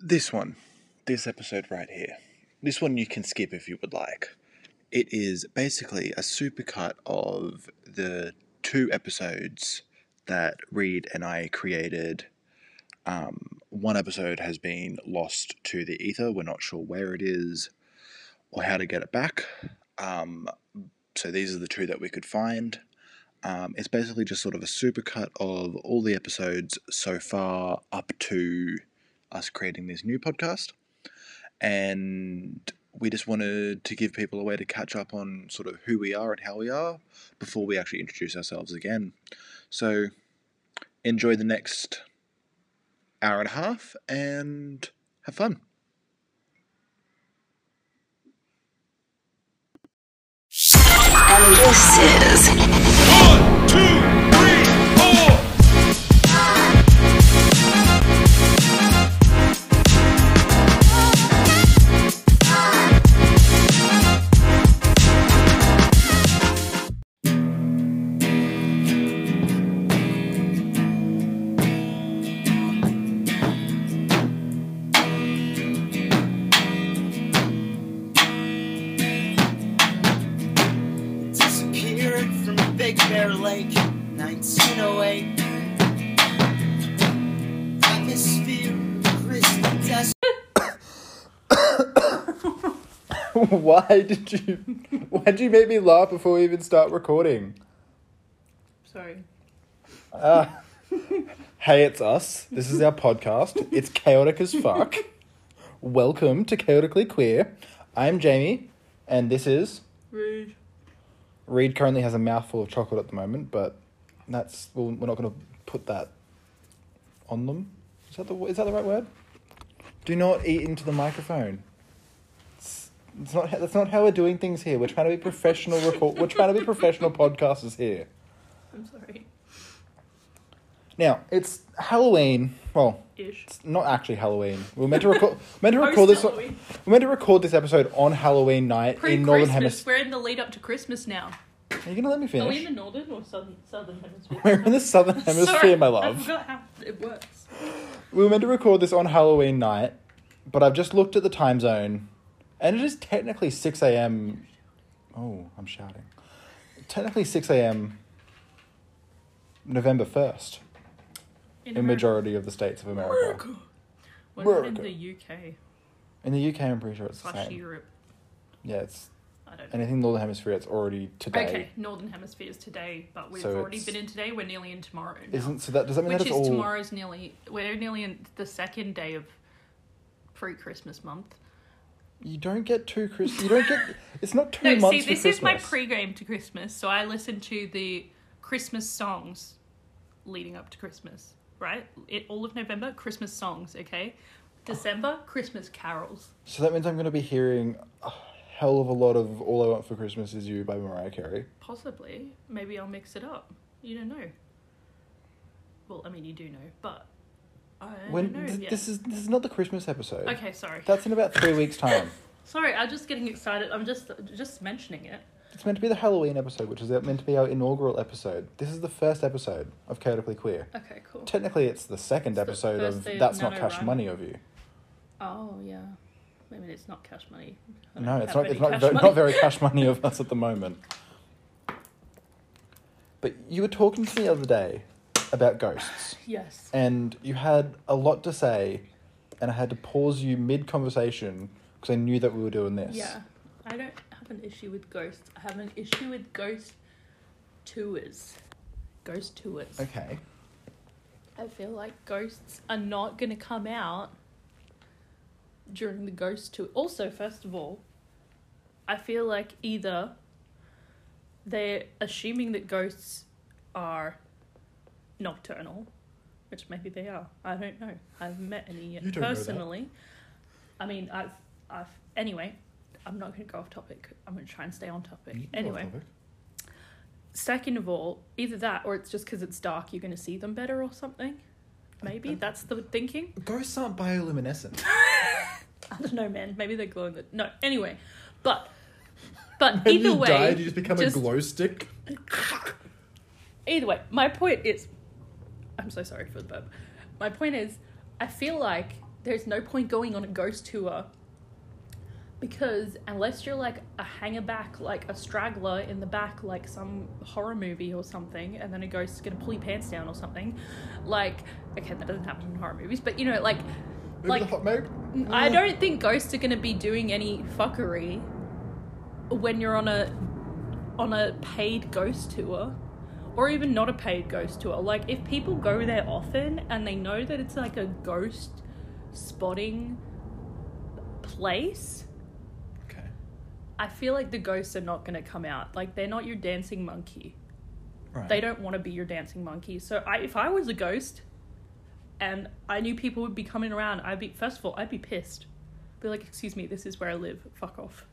This one, this episode right here. This one you can skip if you would like. It is basically a supercut of the two episodes that Reed and I created. Um, one episode has been lost to the ether. We're not sure where it is or how to get it back. Um, so these are the two that we could find. Um, it's basically just sort of a supercut of all the episodes so far up to us creating this new podcast. And we just wanted to give people a way to catch up on sort of who we are and how we are before we actually introduce ourselves again. So enjoy the next hour and a half and have fun. And this is One, two, three, four. disappeared from Big Bear Lake, 1908. Atmosphere, crystal desert. Why did you? Why did you make me laugh before we even start recording? Sorry. Hey, it's us. This is our podcast. It's chaotic as fuck. Welcome to Chaotically Queer. I'm Jamie, and this is Rude. Reed. Currently has a mouthful of chocolate at the moment, but that's well, we're not going to put that on them. Is that the is that the right word? Do not eat into the microphone. It's, it's not. how- That's not how we're doing things here. We're trying to be professional. Record. We're trying to be professional podcasters here. I'm sorry. Now it's Halloween. Well, Ish. it's not actually Halloween. We were meant to record. meant to record this. We Post-Halloween. were meant to record this episode on Halloween night in Northern Pre-Christmas. Hemisphere. We're in the lead up to Christmas now. Are you gonna let me Are we finish? in the northern or southern southern hemisphere? We're in the Southern Hemisphere, Sorry, my I love. forgot how it works. We were meant to record this on Halloween night, but I've just looked at the time zone, and it is technically six a.m. Oh, I'm shouting. Technically six a.m. November first In in majority of the states of America. America. We're not America. in the UK In the UK, I'm pretty sure it's the slash same. Europe. Yeah, it's I don't know. anything northern hemisphere. It's already today. Okay, northern hemisphere is today, but we've So already it's- been in today. We're nearly in tomorrow. Now, Isn't so that does that mean which that it's is all tomorrow's nearly. We're nearly in the second day of pre-Christmas month. you don't get two Christmas you don't get it's not two No, months see, for this Christmas. is my pre-game to Christmas, so I listen to the Christmas songs leading up to Christmas, right? It, all of November, Christmas songs, okay? December, Christmas carols. so that means I'm going to be hearing a hell of a lot of "All I Want for Christmas Is You" by Mariah Carey. Possibly. Maybe I'll mix it up. You don't know. Well, I mean, you do know, but I When don't know. th- yet. this is this is not the Christmas episode. Okay, sorry. that's in about three weeks' time. Sorry, I'm just getting excited. I'm just just mentioning it. it's meant to be the Halloween episode, which is meant to be our inaugural episode. This is the first episode of Chaotically Queer. Okay, cool. Technically, it's the second the episode first of day of "That's Not Nano Cash Run. Money" of you. Oh, yeah. Maybe it's not cash money. I don't No, it's have not. any It's not, cash ve- money. not very cash money of us at the moment. But you were talking to me the other day about ghosts, Yes. and you had a lot to say, and I had to pause you mid conversation because I knew that we were doing this. Yeah, I don't have an issue with ghosts. I have an issue with ghost tours. Ghost tours. Okay. I feel like ghosts are not going to come out during the ghost tour. Also, first of all, I feel like either they're assuming that ghosts are nocturnal, which maybe they are. I don't know. I haven't met any yet You don't know that. personally. I mean, I've, I've. Anyway, I'm not going to go off topic. I'm going to try and stay on topic. Anyway. Second of all, either that or it's just because it's dark, you're going to see them better or something. Maybe that's the thinking. Ghosts aren't bioluminescent. I don't know, man. Maybe they're glowing. The... No, anyway, but but either way, just- stick. Either way, my point is, I'm so sorry for the burp. My point is, I feel like there's no point going on a ghost tour because unless you're like a hanger back, like a straggler in the back, like some horror movie or something, and then a ghost's gonna pull your pants down or something, like okay, that doesn't happen in horror movies, but you know, like, Maybe like the hot maybe. I don't think ghosts are going to be doing any fuckery when you're on a on a paid ghost tour or even not a paid ghost tour. Like if people go there often and they know that it's like a ghost spotting place, Okay. I feel like the ghosts are not going to come out. Like they're not your dancing monkey. Right. They don't want to be your dancing monkey. So I, if I was a ghost and I knew people would be coming around, I'd be, first of all, I'd be pissed. Be like, excuse me, this is where I live. Fuck off.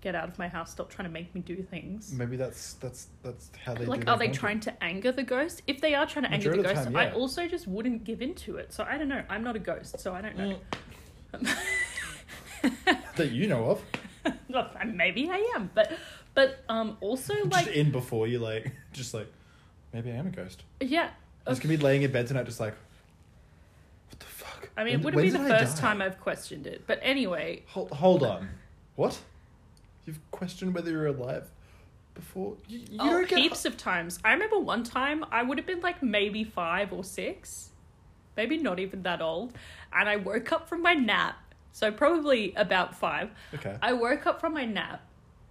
Get out of my house. Stop trying to make me do things. Maybe that's that's that's how they. do like, their are they content. trying to anger the ghost? If they are trying to anger the Majority of ghost, the time, I yeah. also just wouldn't give in to it. So I don't know. I'm not a ghost, so I don't know. that you know of? Well, Maybe I am, but but um also like just in before you like, just like, maybe I am a ghost. yeah. I was gonna be laying in bed tonight, just like, what the fuck? I mean, When- it wouldn't be when the did I first die? time I've questioned it. But anyway, Hold, hold on. What? You've questioned whether you're alive before? You, you oh, don't get heaps of times. I remember one time I would have been like maybe five or six, maybe not even that old, and I woke up from my nap. So probably about five. Okay. I woke up from my nap,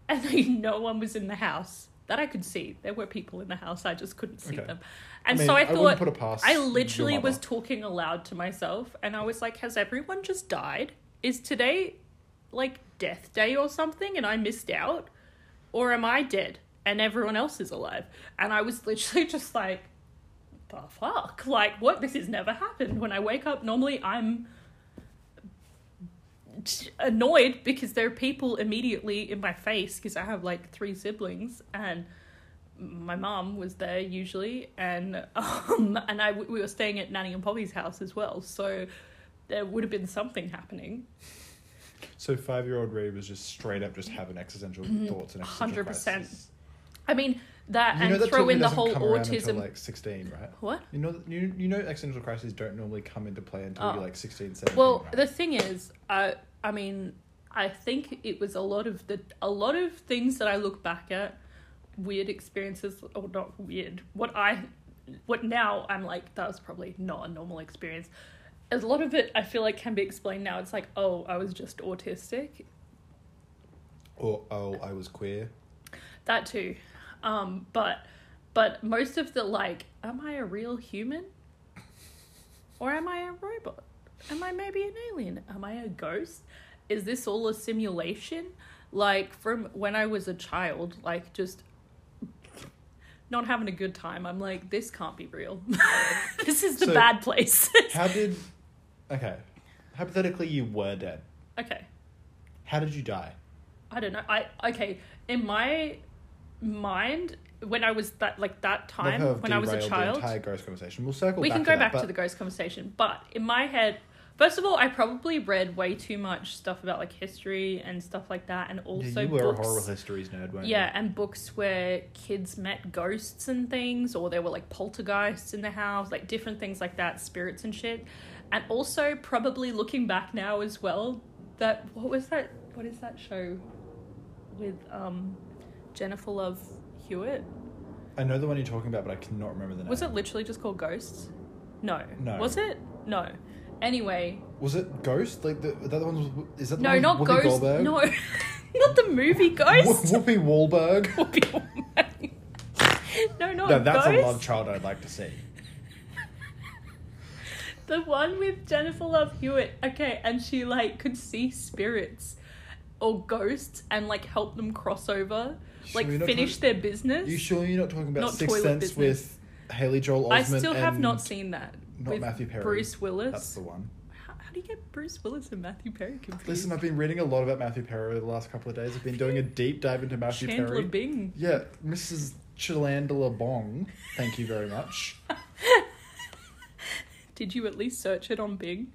and like, no one was in the house that I could see. There were people in the house. I just couldn't see Okay. them. And mean, so I I wouldn't thought put it past I your literally was mother. talking aloud to myself, and I was like, "Has everyone just died? Is today like death day or something and I missed out? Or am I dead and everyone else is alive? And I was literally just like, the fuck? Like, what? This has never happened. When I wake up, normally I'm annoyed because there are people immediately in my face because I have like three siblings and my mom was there usually and um and I we were staying at Nanny and Poppy's house as well so there would have been something happening So five year old Ray was just straight up just having existential Mm-hmm. thoughts and existential 100%. crises. I mean that You know and that throw typically in the doesn't whole come around until autism. like sixteen, right? What? You know that- you you know existential crises don't normally come into play until Oh. you're like 16, 17, Well, right? the thing is, I I mean, I think it was a lot of the a lot of things that I look back at, weird experiences or not weird. What I what now I'm like that was probably not a normal experience. A lot of it I feel like can be explained now. It's like, oh, I was just autistic. Or oh, I was queer. That too. Um, but but most of the like, am I a real human? Or am I a robot? Am I maybe an alien? Am I a ghost? Is this all a simulation? Like from when I was a child, like just not having a good time. I'm like, this can't be real. this is the So- bad place. How did? Okay, hypothetically, you were dead. okay. How did you die? I don't know. I okay in my mind when I was that like that Like, time how I've when I was a derailed child. the entire ghost conversation. We'll circle. we back can to go that, back but to the ghost conversation but in my head first of all i probably read way too much stuff about like history and stuff like that and yeah, also you were books a horror histories nerd, weren't yeah and books where kids met ghosts and things or there were like poltergeists in the house like different things like that spirits and shit and also probably looking back now as well that what was that what is that show with um jennifer love hewitt you? I know the one you're talking about, but I cannot remember the name. was it literally just called Ghosts? No. No. Was it? No. Anyway, Was it Ghost? Like the the other one was is that the no, one not with Whoopi Ghost. Goldberg? No, not the movie Ghost. Wh- Whoopi Wahlberg. no, not no, that's Ghost. a love child I'd like to see. the one with Jennifer Love Hewitt. Okay, and she like could see spirits or ghosts and like help them cross over, Sure like you're not finish talking- their business. You sure you're not talking about Not Sixth toilet Sense with business. Haley Joel Osment? I still have not and seen that. Not with Matthew Perry. Bruce Willis. That's the one. How, how do you get Bruce Willis and Matthew Perry confused? Listen, I've been reading a lot about Matthew Perry over the last couple of days. I've been doing a deep dive into Matthew Chandler Perry. Bing. Yeah, Mrs. Chilandala Bong. Thank you very much. Did you at least search it on Bing?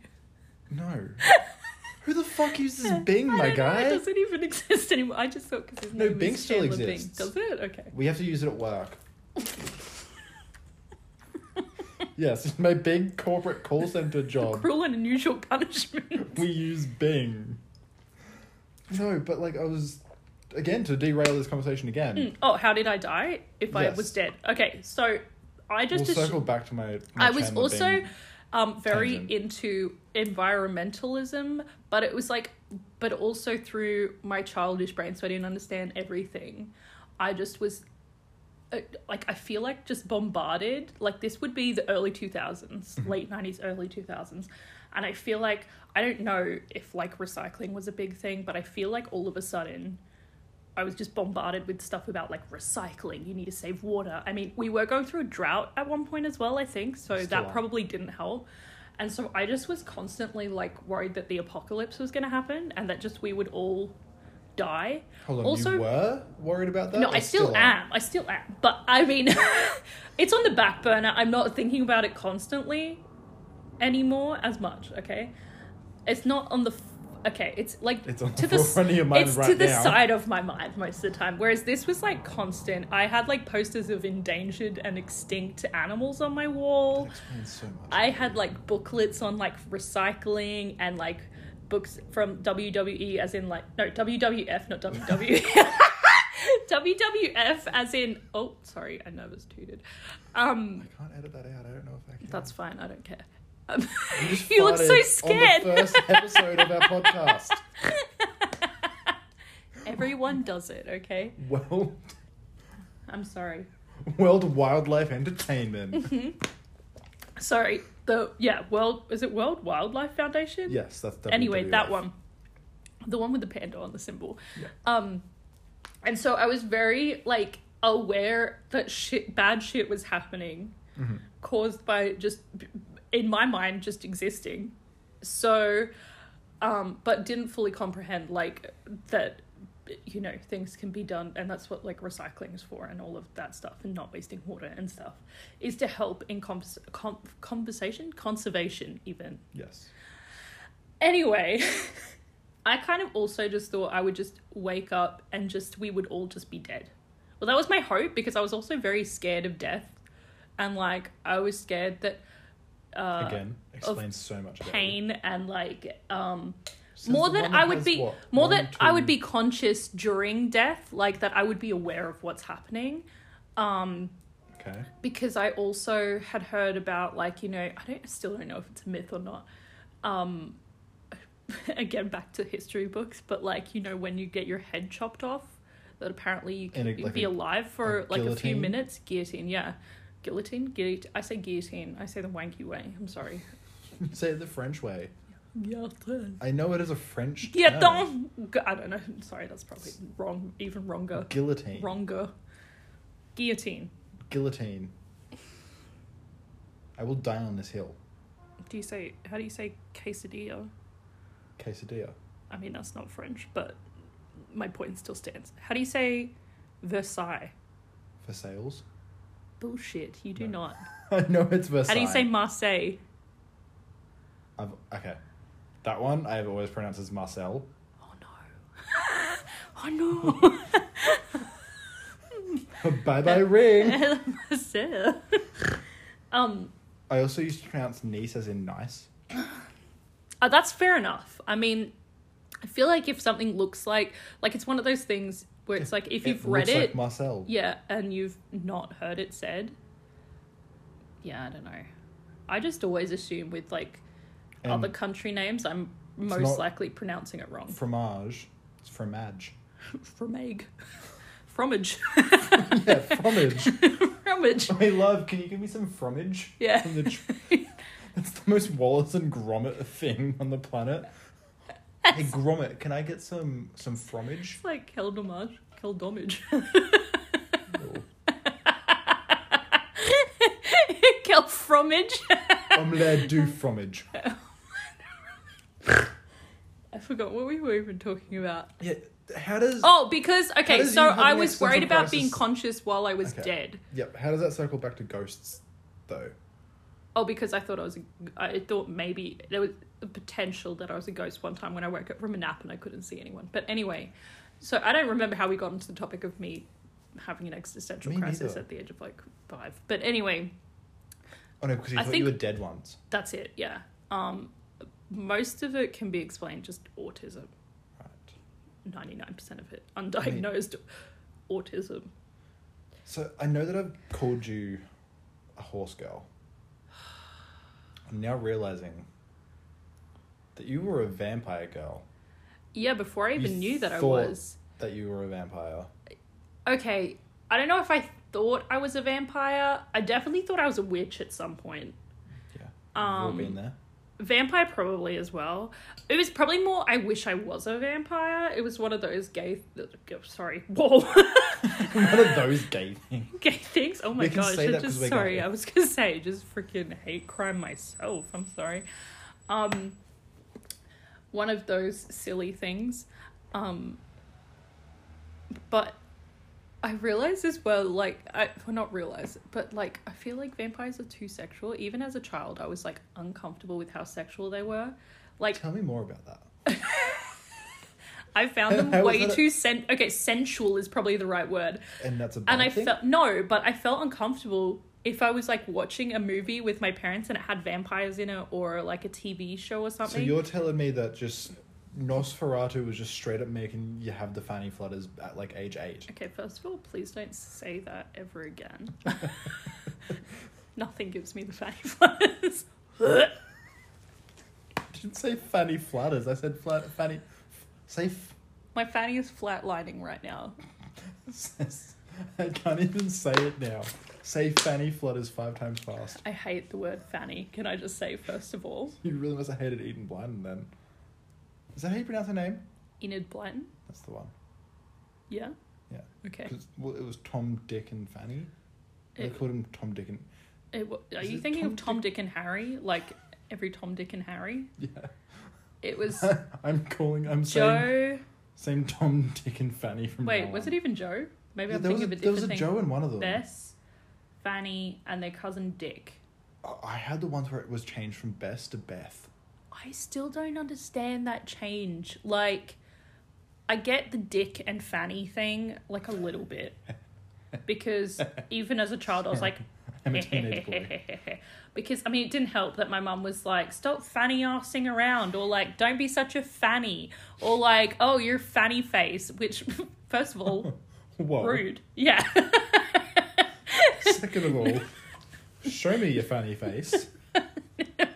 No. Who the fuck uses Bing, I my don't know, guy? it doesn't even exist anymore. I just thought because his No, name Bing was still Chandler exists. Bing. Does it? Okay. We have to use it at work. Yes, my big corporate call center job. Cruel and unusual punishment. we use Bing. No, but like I was again to derail this conversation again. oh, how did I die? If I Yes. was dead. Okay, so I just we'll assu- circle back to my. my I was Chandler also Bing. um, very tangent. into environmentalism, but it was like, but also through my childish brain, so I didn't understand everything. I just was, uh, like, I feel like just bombarded. Like, this would be the early 2000s, late 90s, early 2000s. And I feel like, I don't know if like recycling was a big thing, but I feel like all of a sudden, I was just bombarded with stuff about like recycling. You need to save water. I mean, we were going through a drought at one point as well, I think, so that are. probably didn't help. And so I just was constantly like worried that the apocalypse was going to happen and that just we would all die. Hold on, also, you were worried about that? no, or I still, are? am. I still am. But I mean, it's on the back burner. I'm not thinking about it constantly anymore as much. Okay, it's not on the. F- okay, it's like It's on to the the s- forefront of your mind It's to right the now. side of my mind most of the time. Whereas this was like constant. I had like posters of endangered and extinct animals on my wall. Explains so much. I had like booklets on like recycling and like books from WWE as in like no WWF not E. WWE WWF as in oh sorry I nervous tooted um I can't edit that out. I don't know if I can. that's fine I don't care um, You just you look so farted scared On the first episode of our podcast. everyone does it okay World I'm sorry World Wildlife Entertainment. sorry the yeah world is it World Wildlife Foundation yes, that's WWF. anyway that one the one with the panda on the symbol um and so i was very like aware that shit bad shit was happening caused by just in my mind just existing so um but didn't fully comprehend like that you know things can be done and that's what like recycling is for and all of that stuff and not wasting water and stuff is to help in convers- con- conversation conservation even Yes. Anyway, I kind of also just thought I would just wake up and just we would all just be dead. Well, that was my hope because I was also very scared of death, and like I was scared that uh, Again, explains so much. about you. pain and like um Since more the that one I would has, be what, more one, that I would two- be conscious during death, like that I would be aware of what's happening. Um, Okay. because I also had heard about like you know I don't I still don't know if it's a myth or not. Um, again, back to history books, but like you know when you get your head chopped off, that apparently you can And a- like be a- alive for a like a few guillotine? minutes. Guillotine, yeah, guillotine, guillotine. I say guillotine. I say the wanky way. I'm sorry. Say it the French way. Guillotine. I know it is a French. term. Guillotine. Gu- I don't know. Sorry, that's probably wrong. Even wronger. Guillotine. Wronger. Guillotine. Guillotine. I will die on this hill. Do you say how do you say quesadilla? Quesadilla. I mean, that's not French, but my point still stands. How do you say Versailles? For sales. Bullshit, you do No. not. I know it's Versailles. How do you say Marseille? I've, okay. That one I have always pronounced as Marcel. Oh no. oh bye bye ring. no. Marseille. um, I also used to pronounce nice as in nice. uh, that's fair enough. I mean, I feel like if something looks like, like it's one of those things where it's like if you've read looks it, like Marcel. yeah, and you've not heard it said. Yeah, I don't know. I just always assume with like And other country names, I'm most not- likely pronouncing it wrong. fromage. It's fromage. Fromage. Fromage. Yeah, fromage. Fromage. Hey, love, can you give me some fromage? Yeah. From the tr- That's the most Wallace and Gromit thing on the planet. Hey, Gromit, can I get some some fromage? It's like Keldomage. Keldomage. Kel fromage. Omelette du fromage. I forgot what we were even talking about. Yeah, how does Oh, because okay, does so you have I an was worried existential about being crisis? conscious while I was Okay. dead. Yep, how does that circle back to ghosts though? Oh, because I thought I was a, I thought maybe there was the potential that I was a ghost one time when I woke up from a nap and I couldn't see anyone. But anyway, so I don't remember how we got into the topic of me having an existential Me crisis neither. at the age of like five. But anyway, Oh no, because you I thought think- you were dead once. That's it, yeah. Um, most of it can be explained just autism. Right. 99% of it. Undiagnosed autism. So I know that I've called you a horse girl. I'm now realizing that you were a vampire girl. Yeah, before I You even knew that I thought was. That you were a vampire. Okay, I don't know if I thought I was a vampire. I definitely thought I was a witch at some point. Yeah. You've all Um, been there. Vampire, probably as well. It was probably more, I wish I was a vampire. It was one of those gay, th- sorry, whoa, One of those gay things. gay things. Oh my We can gosh, say I that 'cause just, we're sorry, gay. I was gonna say, just freaking hate crime myself. I'm sorry. Um, one of those silly things. Um, but I realize as well, like, I, well, not realize, but like, I feel like vampires are too sexual. Even as a child, I was like uncomfortable with how sexual they were. Like, Tell me more about that. I found them How is way that a- too sen- okay, sensual is probably the right word. And that's a bad and I thing? felt no, but I felt uncomfortable if I was like watching a movie with my parents and it had vampires in it or like a TV show or So something. you're telling me that just Nosferatu was just straight up making you have the fanny flutters at like age eight. okay, first of all, please don't say that ever again. Nothing gives me the fanny flutters. I didn't say fanny flutters. I said flat fanny. Say. F- my fanny is flatlining right now. I can't even say it now. Say fanny flutters five times fast. I hate the word fanny. Can I just say first of all, You really must have hated Eden Blyton then. Is that how you pronounce her name? Enid Blyton? That's the one. Yeah. Yeah. Okay. 'Cause, well, it was Tom, Dick, and Fanny. They It- called him Tom, Dick, and It, wa- are Is you it thinking Tom, of Tom, Dick, and Harry? Like every Tom, Dick, and Harry? yeah. It was I'm calling. I'm saying Joe. saying Tom, Dick, and Fanny from. Wait, now was on. it even Joe? Maybe Yeah, I'm there was thinking a, of a there was different a thing. Joe in one of them. Bess, Fanny, and their cousin Dick. I- I had the ones where it was changed from Bess to Beth. I still don't understand that change. Like, I get the Dick and Fanny thing, like, a little bit. Because even as a child, I was like, I'm a teenage boy. because, I mean, it didn't help that my mum was like, stop fanny assing around, or like, don't be such a fanny, or like, oh, you're fanny face, which, first of all, Whoa. rude. Yeah. Second of all, show me your fanny face.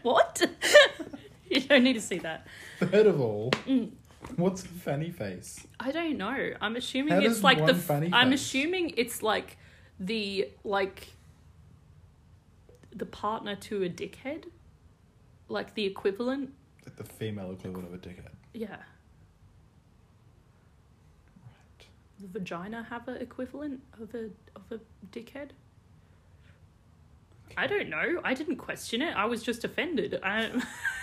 what? you don't need to see that. Third of all, Mm. what's a fanny face? I don't know. I'm assuming How it's does like the. one fanny f- I'm face- assuming it's like the like the partner to a dickhead, like the equivalent. Like the female equivalent of a dickhead. Yeah, Right. the vagina have a equivalent of a of a dickhead. I don't know. I didn't question it. I was just offended. I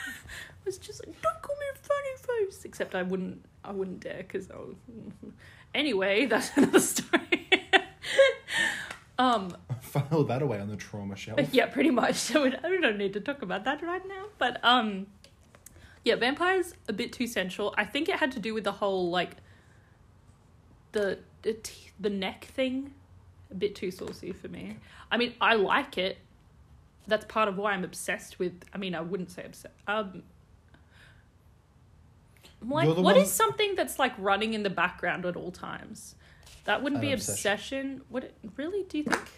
was just like, "Don't call me a funny face." Except I wouldn't. I wouldn't dare because I was. Anyway, that's another story. um. File that away on the trauma shelf. Yeah, pretty much. So we we don't need to talk about that right now. But um, yeah, vampires a bit too sensual. I think it had to do with the whole like the the, t- the neck thing, a bit too saucy for me. I mean, I like it. That's part of why I'm obsessed with. I mean, I wouldn't say obsessed. Um, I'm like, You're what the is one- something that's like running in the background at all times? That wouldn't An be obsession. obsession. Would it really? Do you think?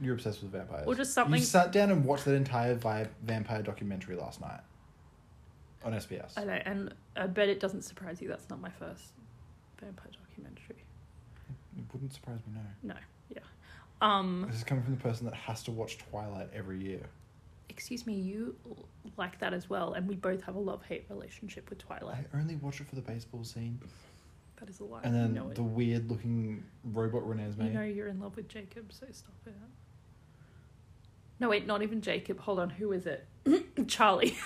You're obsessed with vampires. Or just something- You sat down and watched that entire vi- vampire documentary last night on SBS. I know, and I bet it doesn't surprise you that's not my first vampire documentary. It wouldn't surprise me, no. No, yeah. Um, This is coming from the person that has to watch Twilight every year. excuse me, you l- like that as well, and we both have a love hate relationship with I Twilight. only watch it for the baseball scene That is a lie. and you then know it. the weird looking robot Renee's You made. know you're in love with Jacob, so stop it. No, wait, not even Jacob. Hold on, who is it? Charlie.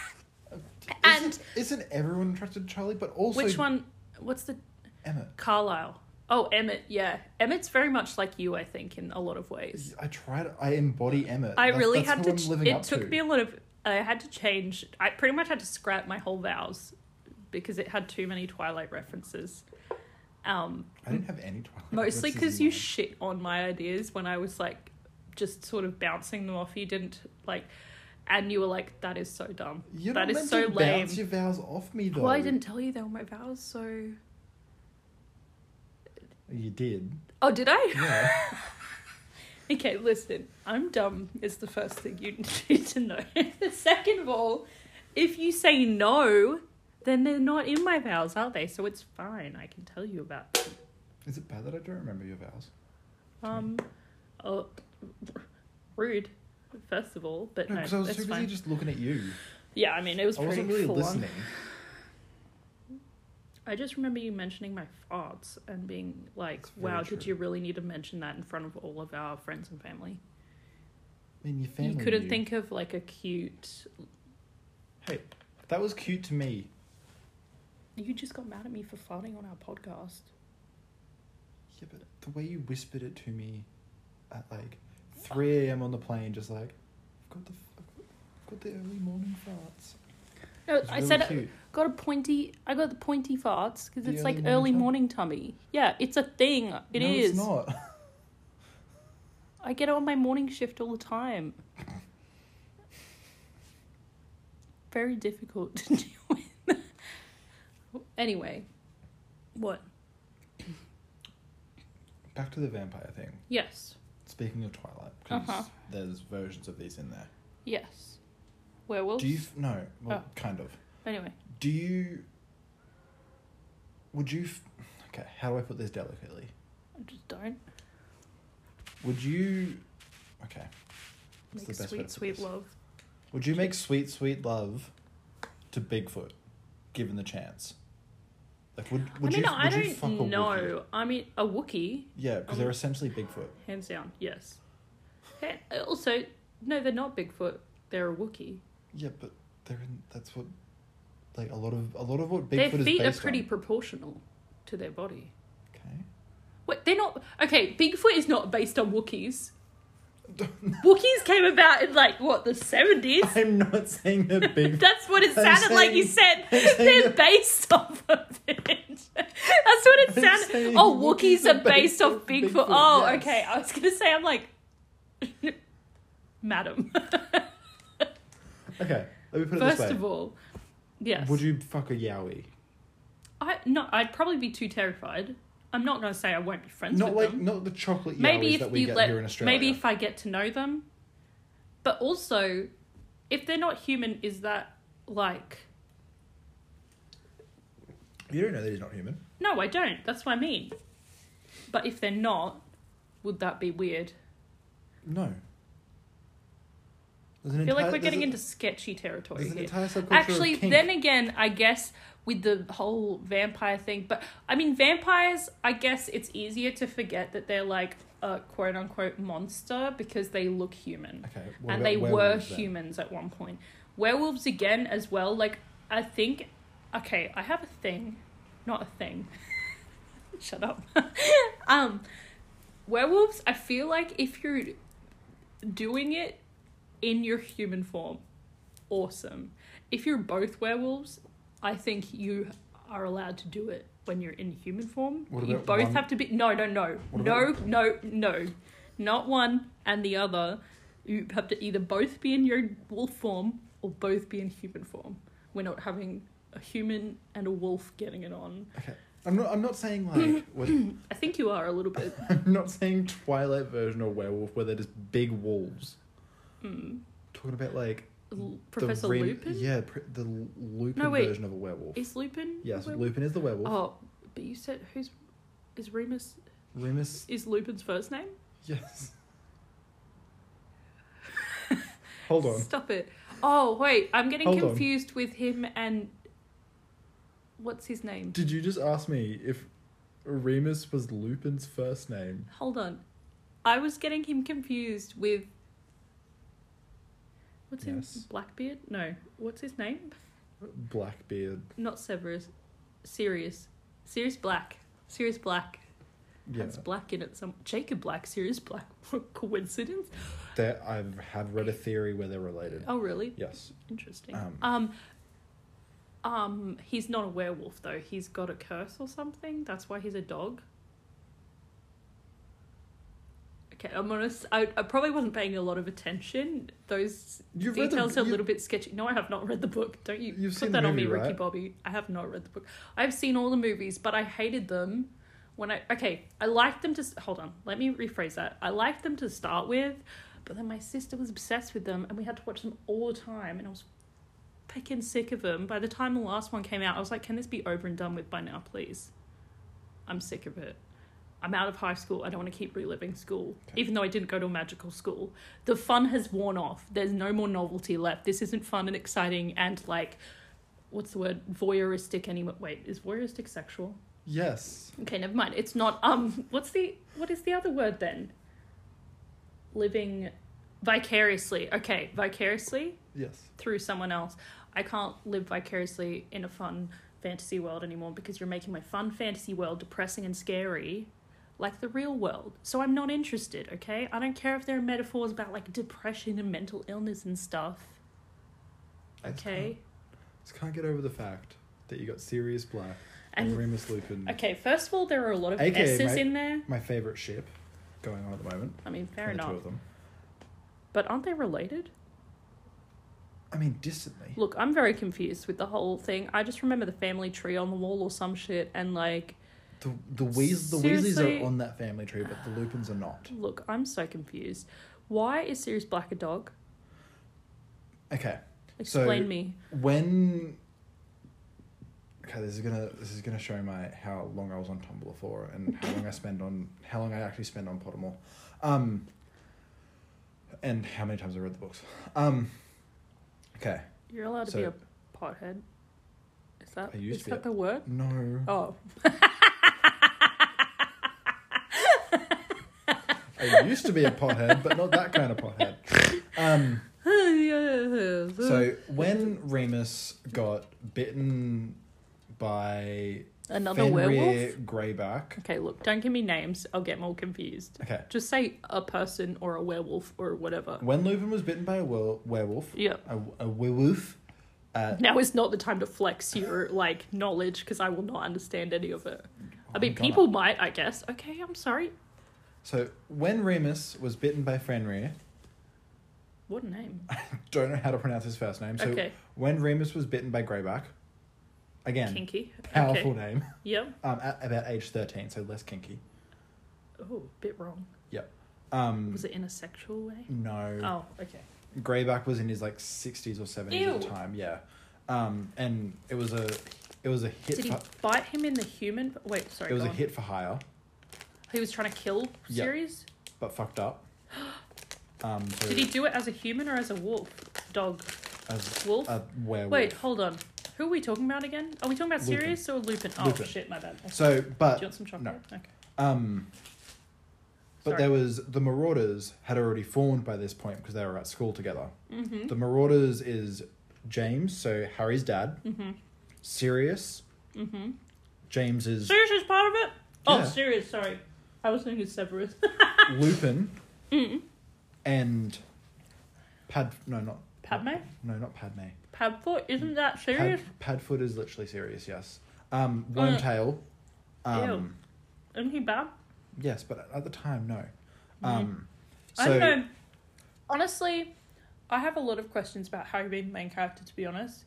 and isn't, isn't everyone attracted to Charlie? But also which one? What's the Emmett. Carlisle? Oh, Emmett. Yeah, Emmett's very much like you, I think, in a lot of ways. I tried. I embody Emmett. I That's- really that's had who to. I'm ch- living it up took to. me a lot of. I had to change. I pretty much had to scrap my whole vows because it had too many Twilight references. Um, I didn't have any Twilight. mostly references because in you mine. shit on my ideas when I was like just sort of bouncing them off. You didn't like. and you were like, "That is so dumb. You're that not is meant so to lame." bounce your vows off me though. Well, I didn't tell you they were my vows, so. You did. Oh, did I? Yeah. Okay, listen. I'm dumb is the first thing you need to know. Second of all, if you say no, then they're not in my vows, are they? So it's fine. I can tell you about them. Is it bad that I don't remember your vows? Um, oh, rude. First of all, but No, no, because I was it's too busy fine. just looking at you. Yeah, I mean, it was I pretty wasn't really full on. listening. I just remember you mentioning my farts and being like, That's very "Wow, did true. you really need to mention that in front of all of our friends and family?" I mean, your family. you couldn't knew. think of like a cute. Hey, that was cute to me. You just got mad at me for farting on our podcast. Yeah, but the way you whispered it to me at like 3 a.m. on the plane, just like, I've got the, I've got the early morning farts. No, It's I really said cute. I got a pointy. I got the pointy farts because The it's early like morning early tum- morning tummy. Yeah, it's a thing. It no, is. It's not. I get it on my morning shift all the time. Very difficult to deal with. anyway, what? Back to the vampire thing. Yes, Speaking of Twilight, 'cause Uh-huh. there's versions of these in there. yes. Werewolves. Do you? F- no, well, Oh. kind of. Anyway, Do you? Would you? F- okay, how do I put this delicately? I just don't Would you? Okay, It's make the best way to sweet, put sweet this. love. would you make sweet, sweet love to Bigfoot, given the chance? Like, would would I mean, you? I would you fuck a don't Wookiee? know. Um, I mean, a Wookiee, Yeah, because they're essentially Bigfoot. hands down. Yes. Ha- Also, no, they're not Bigfoot. They're a Wookiee. Yeah, but they're in. That's what. Like a lot of a lot of what Their Bigfoot is feet are based pretty on. proportional to their body. Okay. Wait, they're not okay. Bigfoot is not based on Wookiees. Wookiees came about in like what the seventies. I'm not saying that Bigfoot. That's what it I'm sounded like you saying- said. I'm saying They're that- based off of it. That's what it I'm sounded. saying Oh, Wookiees Wookiees are based off Bigfoot. Bigfoot, oh, yes. okay. I was gonna say I'm like, madam. Okay, let me put it this First way. of all, yes. Would you fuck a yowie? I no. I'd probably be too terrified. I'm not gonna say I won't be friends Not with like them. not the chocolate maybe yowies if that we you get let here in Australia. maybe if I get to know them, but also if they're not human, is that like you don't know that he's not human. no? I don't. That's what I mean. But if they're not, would that be weird? No. There's an I feel like entire- we're getting there's into sketchy a, territory there's an here. entire subculture Actually, of kink. then again, I guess with the whole vampire thing, but I mean, vampires, I guess it's easier to forget that they're like a quote unquote monster because they look human. okay, what and about they were werewolves then? humans at one point. Werewolves again as well. Like I think, okay, I have a thing, not a thing. Shut up. um, werewolves. I feel like if you're doing it in your human form, awesome. If you're both werewolves, I think you are allowed to do it when you're in human form. What you about both one- have to be no, no, no, What no, no, no, not one and the other. You have to either both be in your wolf form or both be in human form. We're not having a human and a wolf getting it on. Okay, I'm not. I'm not saying like. with, I think you are a little bit. I'm not saying Twilight version or werewolf where they're just big wolves. Mm, Talking about like L- the Professor rim- Lupin? Yeah, pr- the L- Lupin No, wait. version of a werewolf. Is Lupin? a yes, werewolf? Lupin is the werewolf. Oh, but you said who's is Remus? Remus. Is Lupin's first name? Yes. Hold on. Stop it. Oh wait, I'm getting Hold on. confused with him and what's his name? Did you just ask me if Remus was Lupin's first name? Hold on. I was getting him confused with what's Yes. his Blackbeard? No. What's his name? Blackbeard. Not Severus. Sirius. Sirius Black. Sirius Black. Yeah. That's Black in it some Jacob Black, Sirius Black. Coincidence? That I have read a theory where they're related. Oh really? Yes. Interesting. Um, Um, um, he's not a werewolf though. He's got a curse or something. That's why he's a dog. Okay, I'm honest. I, I probably wasn't paying a lot of attention. Those You've read the- details are a you- little bit sketchy. No, I have not read the book. Don't you You've put seen that the on me, movie, Ricky right? Bobby? I have not read the book. I've seen all the movies, but I hated them when I okay. I liked them to s- hold on. Let me rephrase that. I liked them to start with, but then my sister was obsessed with them, and we had to watch them all the time, and I was picking sick of them. By the time the last one came out, I was like, "Can this be over and done with by now, please?" I'm sick of it. I'm out of high school. I don't want to keep reliving school, even though I didn't go to a magical school. The fun has worn off. There's no more novelty left. This isn't fun and exciting and like, what's the word? Voyeuristic anymore. Wait, is voyeuristic sexual? Yes. Okay, never mind. It's not. Um, what's the what is the other word then? Living vicariously. Okay, vicariously Yes. through someone else. I can't live vicariously in a fun fantasy world anymore because you're making my fun fantasy world depressing and scary like the real world. So I'm not interested, okay? I don't care if there are metaphors about like depression and mental illness and stuff. I just Okay. can't- Just can't get over the fact that you got Sirius Black and, And Remus Lupin. okay, first of all there are a lot of AKA, S's mate. in there. My favorite ship going on at the moment. I mean, fair from the two enough. of them. But aren't they related? I mean, distantly. Look, I'm very confused with the whole thing. I just remember the family tree on the wall or some shit and like The the, Weas- the Weasleys Seriously? are on that family tree, but the Lupins are not. look, I'm so confused. Why is Sirius Black a dog? Okay. so Explain me. When Okay, this is gonna this is gonna show my how long I was on Tumblr for and how long I spend on how long I actually spend on Pottermore. Um and how many times I read the books. Um Okay. You're allowed to So- be a pothead. Is that I used is to be that a- Mm. the word? No. Oh, I used to be a pothead, but not that kind of pothead. Um so when Remus got bitten by another Fenrir werewolf. Greyback. Okay, look, don't give me names. I'll get more confused. Okay. Just say a person or a werewolf or whatever. When Lupin was bitten by a wer- werewolf, Yeah. a, a werewolf, uh, Now is not the time to flex your like knowledge because I will not understand any of it. I mean, gonna. people might, I guess. Okay, I'm sorry. so when Remus was bitten by Fenrir, What a name. don't know how to pronounce his first name. So Okay. when Remus was bitten by Greyback, again, Kinky. powerful Okay. name, Yep. um, at about age 13, so less kinky. Oh, bit wrong. Yep. Um, Was it in a sexual way? no. Oh, okay. Greyback was in his like 60s or 70s at the Ew. time, yeah. Um, and it was a it was a hit Did he for, bite him in the human? Wait, sorry. it was go a on. hit for hire, He was trying to kill Yeah. Sirius. but fucked up. Um, so Did he do it as a human or as a wolf? Dog. as Wolf? a werewolf. Wait, hold on. Who are we talking about again? Are we talking about Lupin. Sirius or Lupin? Oh Lupin. shit, my bad. Do So, but you want some chocolate? no. Okay. Um, but Sorry. there was the Marauders had already formed by this point because they were at school together. Mm-hmm. The Marauders is James, so Harry's dad. Mm-hmm. Sirius. Mm-hmm. James is Sirius is part of it. Oh, Yeah. Sirius. Sorry, I was thinking Severus. Lupin. Mm. And Pad. No, not Padme. No, not Padme. Padfoot. Isn't that Sirius? Pad, Padfoot is literally Sirius. Yes. Um, Uh. Wormtail. Um, Isn't he bad? yes, but at the time, no. Um, Mm. I so don't know. Honestly, I have a lot of questions about Harry being the main character. To be honest,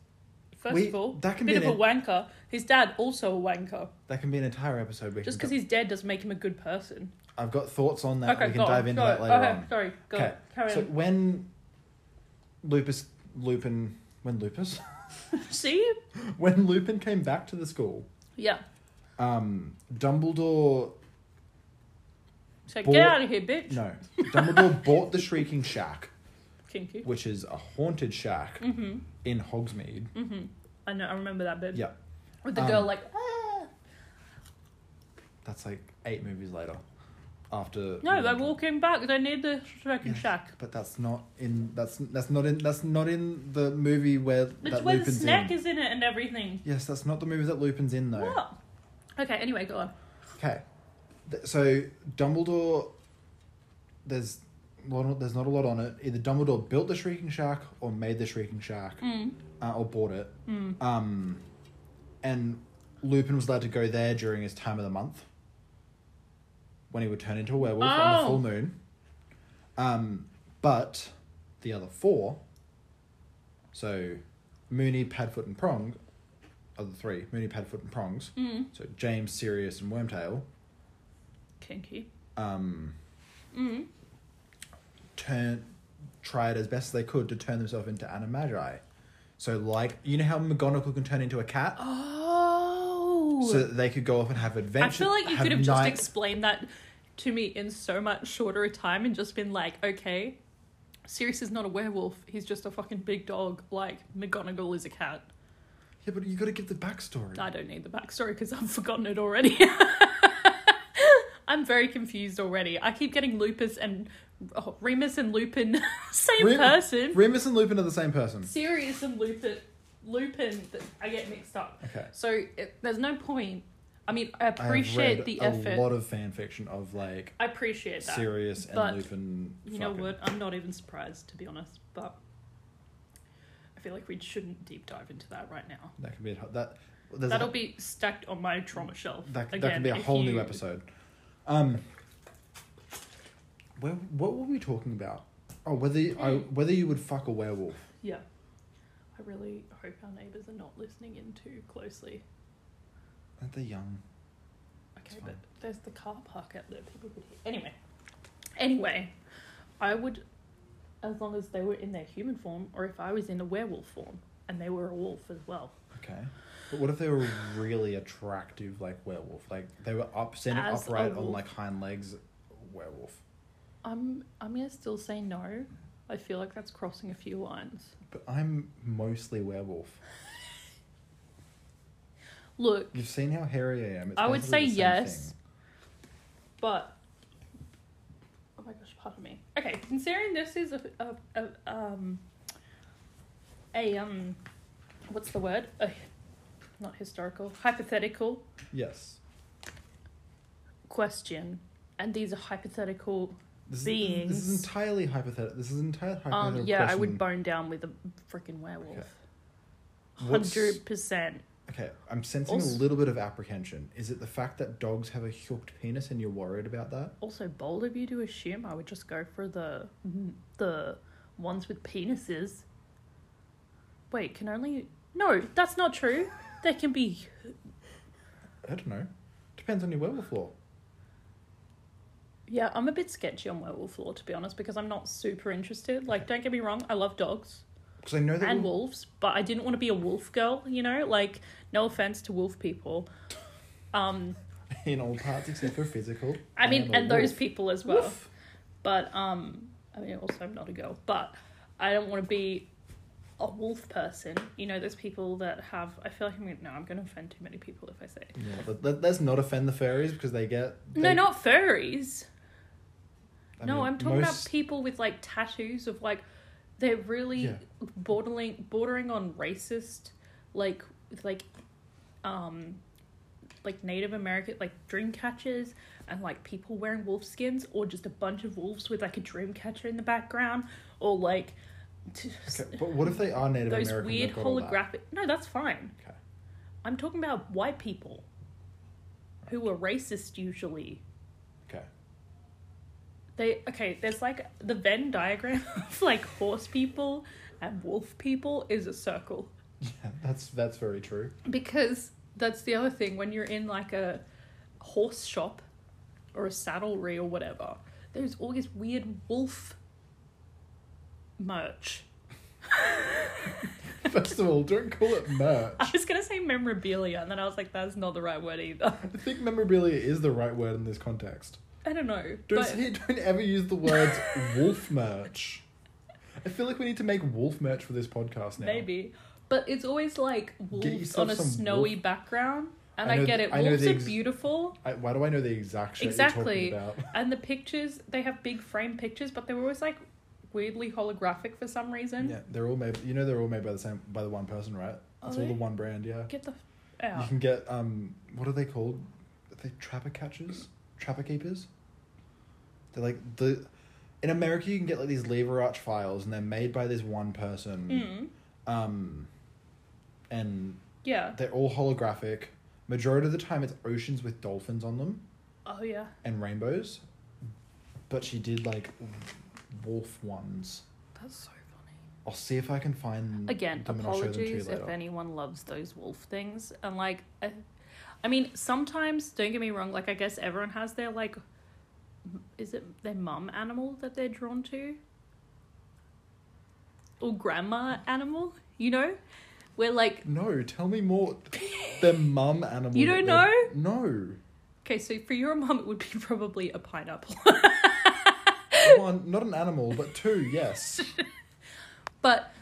first We- of all, that can bit be of a an- wanker. His dad also a wanker. that can be an entire episode. we Just can because he's dead doesn't make him a good person. I've got thoughts on that. okay, we can go dive on, into go that on. later okay, on. sorry, go on. Carry So on. when Lupus, Lupin, when Lupus, See? when Lupin came back to the school, Yeah. um, Dumbledore So Bought- get out of here, bitch. no, Dumbledore bought the Shrieking Shack, Kinky. Mm-hmm, which is a haunted shack in Hogsmeade. I know. I remember that bit. Yeah, With the Um, girl like. Ah. that's like eight movies later. After No, they're walking back. They need the second shack. But that's not in. That's that's not in. That's not in the movie where It's that where the Lupin's snack in. is in it and everything. Yes, that's not the movie that Lupin's in though. What? Okay. Anyway, go on. Okay, Th- so Dumbledore, there's lot, there's not a lot on it. Either Dumbledore built the Shrieking Shack or made the Shrieking Shack, uh, or bought it. Um, and Lupin was allowed to go there during his time of the month, when he would turn into a werewolf on the Oh. full moon. Um, but the other four, so Mooney, Padfoot, and Prong, are the three Mooney, Padfoot, and Prongs. Mm. So James, Sirius, and Wormtail Kinky. um, Mm. turn tried as best they could to turn themselves into animagi. So like you know how McGonagall can turn into a cat, Oh. so that they could go off and have I adventures. feel like you could have just night- explained that to me in so much shorter a time and just been like, okay, Sirius is not a werewolf. He's just a fucking big dog. Like, McGonagall is a cat. yeah, but you got to give the backstory. I don't need the backstory because I've forgotten it already. I'm very confused already. I keep getting Lupus and oh, Remus and Lupin, same Rem- person. Remus and Lupin are the same person. Sirius and Lupin, Lupin, th- I get mixed up. Okay. So it, there's no point. I mean, I I have appreciate read the a effort. lot of fan fiction of like I appreciate that. Sirius and but Lupin. You know fucking- what? I'm not even surprised, to be honest, but I feel like we shouldn't deep dive into that right now. That could be a, that. there's That'll a, be stacked on my trauma shelf. that, that again, could be a if whole you- new episode. Um, where, what were we talking about? Oh, whether I, whether you would fuck a werewolf. Yeah. I really hope our neighbours are not listening in too closely. Aren't they young? Okay, It's but fine. there's the car park out there. People could hear. Anyway. Anyway, I would, as long as they were in their human form, or if I was in a werewolf form, and they were a wolf as well. Okay. But what if they were really attractive, like werewolf? Like they were up, standing As a upright on wolf. like hind legs, werewolf. I'm I'm gonna still say no. I feel like that's crossing a few lines. But I'm mostly werewolf. Look, You've seen how hairy I am. It's I would basically say the same yes, thing. but oh my gosh, pardon me. Okay, considering this is a, a, a um a um what's the word? A, not historical, hypothetical Yes. question, and these are hypothetical. This Is, this Beings. is entirely hypothetical. This is entirely hypothetical. Um, yeah, I would question. bone down with a freaking werewolf. Okay. What's- Hundred percent. Okay, I'm sensing Also- a little bit of apprehension. Is it the fact that dogs have a hooked penis and you're worried about that? Also, bold of you to assume I would just go for the Mm-hmm. the ones with penises. Wait, can only no, that's not true. There can be I don't know. Depends on your werewolf law. yeah. I'm a bit sketchy on werewolf lore to be honest because I'm not super interested. Like, don't get me wrong, I love dogs Because I know that and we- wolves, but I didn't want to be a wolf girl. You know, like no offense to wolf people. Um, in all parts except for physical. I mean, am a and those wolf. people as well. But um, I mean, also I'm not a girl, but I don't want to be a wolf person. You know, those people that have. I feel like I'm gonna. No, I'm gonna offend too many people if I say. Yeah, but let, let's not offend the fairies because they get No, they- not furries. I no, mean, I'm talking most- about people with like tattoos of like, they're really Yeah. bordering bordering on racist, like with, like, um, like Native American like dream catchers and like people wearing wolf skins or just a bunch of wolves with like a dream catcher in the background or like, t- Okay, but what if they are Native those American? weird They've got all that. holographic. No, that's fine. Okay. I'm talking about white people, who are racist usually. Okay. They okay. There's like the Venn diagram of like horse people and wolf people is a circle Yeah, that's that's very true. because that's the other thing when you're in like a horse shop or a saddlery or whatever. There's always weird wolf merch. First of all, don't call it merch. I was gonna say memorabilia, and then I was like, that's not the right word either. I think memorabilia is the right word in this context. I don't know. Don't but- say, don't ever use the words wolf merch. I feel like we need to make wolf merch for this podcast now. Maybe. But it's always like wolves yourself on a some snowy wolf- background. And I I, know get the- it. I know Wolves the are ex- beautiful. I, why do I know the exact shit Exactly. you're talking about? And the pictures, they have big frame pictures, but they were always like weirdly holographic for some reason. Yeah, they're all made. You know, they're all made by the same by the one person, right? Are It's all they? the one brand. Yeah. Get the f- You out. can get um, what are they called? Are they trapper catchers, trapper keepers. They're like the, in America you can get like these lever arch files, and they're made by this one person. Mm. Um, and Yeah. they're all holographic. Majority of the time, it's oceans with dolphins on them Oh, yeah. and rainbows. But she did like wolf ones. That's so funny. I'll see if I can find Again, them and I'll show them to you apologies if later. anyone loves those wolf things. And like, I, I mean, sometimes don't get me wrong. Like, I guess everyone has their like, m- is it their mum animal that they're drawn to, or grandma animal? You know, where like, No, tell me more. Their mum animal. You don't that they- No. okay, so for your mum, it would be probably a pineapple. One, not an animal, but two, yes. But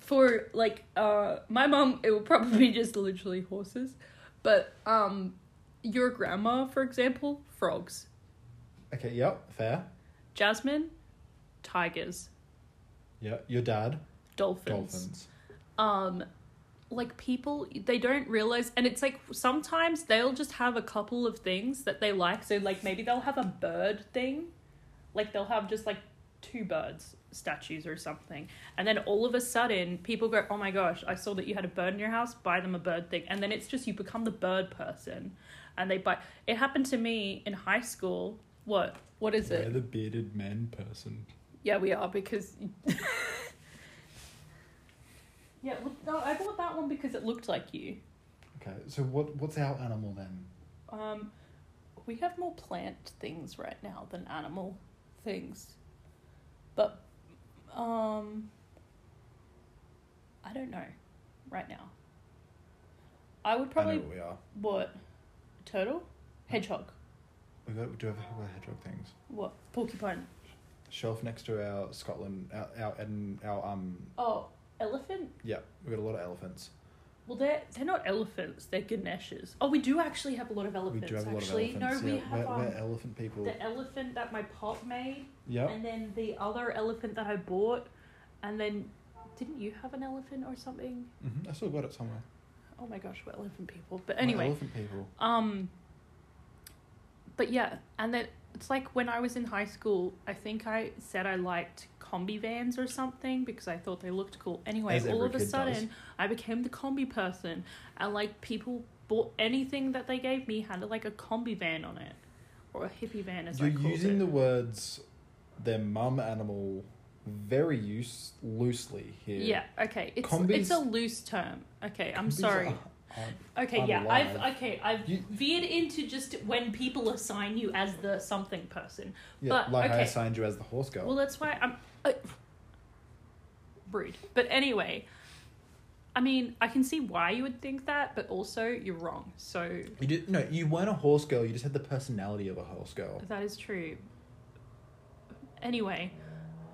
for like uh my mom it would probably just literally horses. But um your grandma, for example, frogs. Okay, yep, fair. Jasmine, tigers, Yeah, your dad, dolphins. dolphins. Um like people they don't realize and it's like sometimes they'll just have a couple of things that they like. So like maybe they'll have a bird thing. Like they'll have just like two birds statues or something. And then all of a sudden, people go, Oh my gosh, I saw that you had a bird in your house, buy them a bird thing. And then it's just you become the bird person. And they buy. It happened to me in high school. What? What is We're it? the bearded men person. Yeah, we are because. yeah, well, no, I bought that one because it looked like you. Okay, so what? what's our animal then? Um, we have more plant things right now than animal things, but um, I don't know right now. I would I probably know what we are. what turtle, hedgehog, We got, we do have a hedgehog things. what porcupine, Shelf next to our Scotland, our our, Eden, our um, oh elephant. yeah, we got a lot of elephants. Well, they're they're not elephants. They're Ganeshas. Oh, we do actually have a lot of We elephants. do have a lot actually, of elephants. no, we yeah, have we're, um, we're elephant people. the elephant that my pop made, Yeah, and then the other elephant that I bought, and then didn't you have an elephant or something? hmm I still got it somewhere. Oh my gosh, we're elephant people. But We're anyway, elephant people. um, but yeah, and then it's like when I was in high school, I think I said I liked combi vans or something because I thought they looked cool. Anyway, As all every of a kid does. sudden, I became the combi person, and like people bought anything that they gave me had like a combi van on it, or a hippie van as You're I called using it. the words "their mum animal" very use loosely here. yeah. okay, it's it's Combis- a loose term. Okay, I'm These sorry. are- uh, aren't- Okay, I'm yeah, alive. I've okay, I've You- veered into just when people assign you as the something person. yeah, But, like I okay. assigned you as the horse girl. Well, that's why I'm uh, rude. But anyway, I mean, I can see why you would think that, but also you're wrong. So you did, no, you weren't a horse girl. You just had the personality of a horse girl. that is true. Anyway,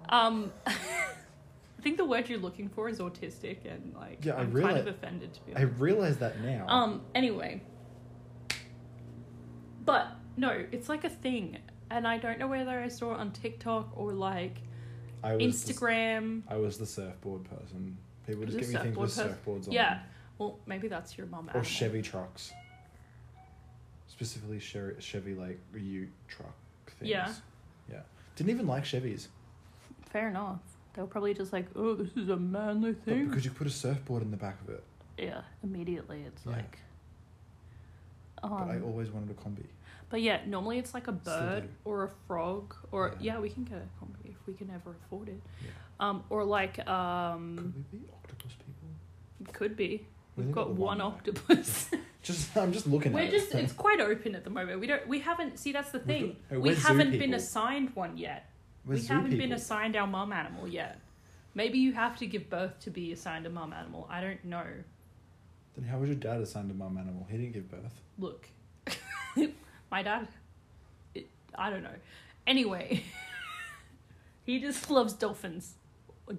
um, I think the word you're looking for is autistic, and like Yeah, I I'm kind reali- of offended to be honest. I realize that now. Um, anyway. But no, it's like a thing. And I don't know whether I saw it on TikTok or like I was the- Instagram. I was the surfboard person. People just The give me things with surfboard surfboards on. Yeah. Well, maybe that's your mum. Or animal. Chevy trucks. Specifically Chevy, Chevy like Ute truck things. Yeah. Yeah. Didn't even like Chevys. Fair enough. They were probably just like, oh, this is a manly But thing. because you put a surfboard in the back of it. yeah, immediately it's Yeah. like. But I Um, always wanted a combi. but yeah, normally it's like a Still bird do. or a frog or yeah. Yeah. we can get a combi if we can ever afford it. Yeah. Um, or like um, Could we be octopus people? could be We we've only got, one though. octopus. Just I'm just looking We're at just it. it's quite open at the moment. We don't we haven't see that's the We've thing. got- uh, we we're zoo haven't been people. assigned one yet. We're we zoo haven't been people. assigned our mum animal yet. Maybe you have to give birth to be assigned a mum animal. I don't know. Then how was your dad assigned a mum animal? He didn't give birth. Look. My dad it, I don't know. Anyway, he just loves dolphins. Or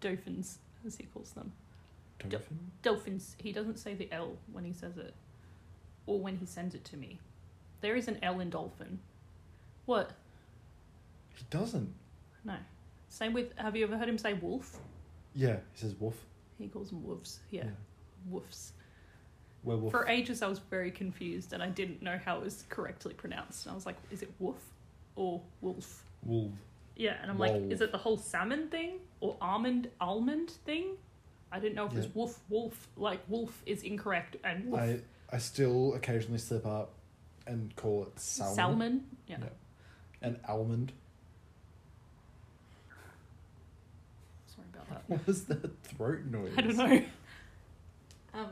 dolphins as he calls them. Dolphin? Dolphins. He doesn't say the L when he says it, or when he sends it to me. There is an L in dolphin. What? He doesn't. No. Same with. Have you ever heard him say wolf? Yeah, he says wolf. He calls them wolves. Yeah, wolves. Werewolf. For ages, I was very confused and I didn't know how it was correctly pronounced. And I was like, is it woof or wolf? Wolf. Yeah, and I'm like, is Wolf. it the whole salmon thing or almond almond thing? I didn't know if it was Yeah. wolf wolf. Like wolf is incorrect and wolf. I I still occasionally slip up and call it salmon. salmon. Yeah. Yeah. And almond. What was the throat noise? Oh. I don't know. Um,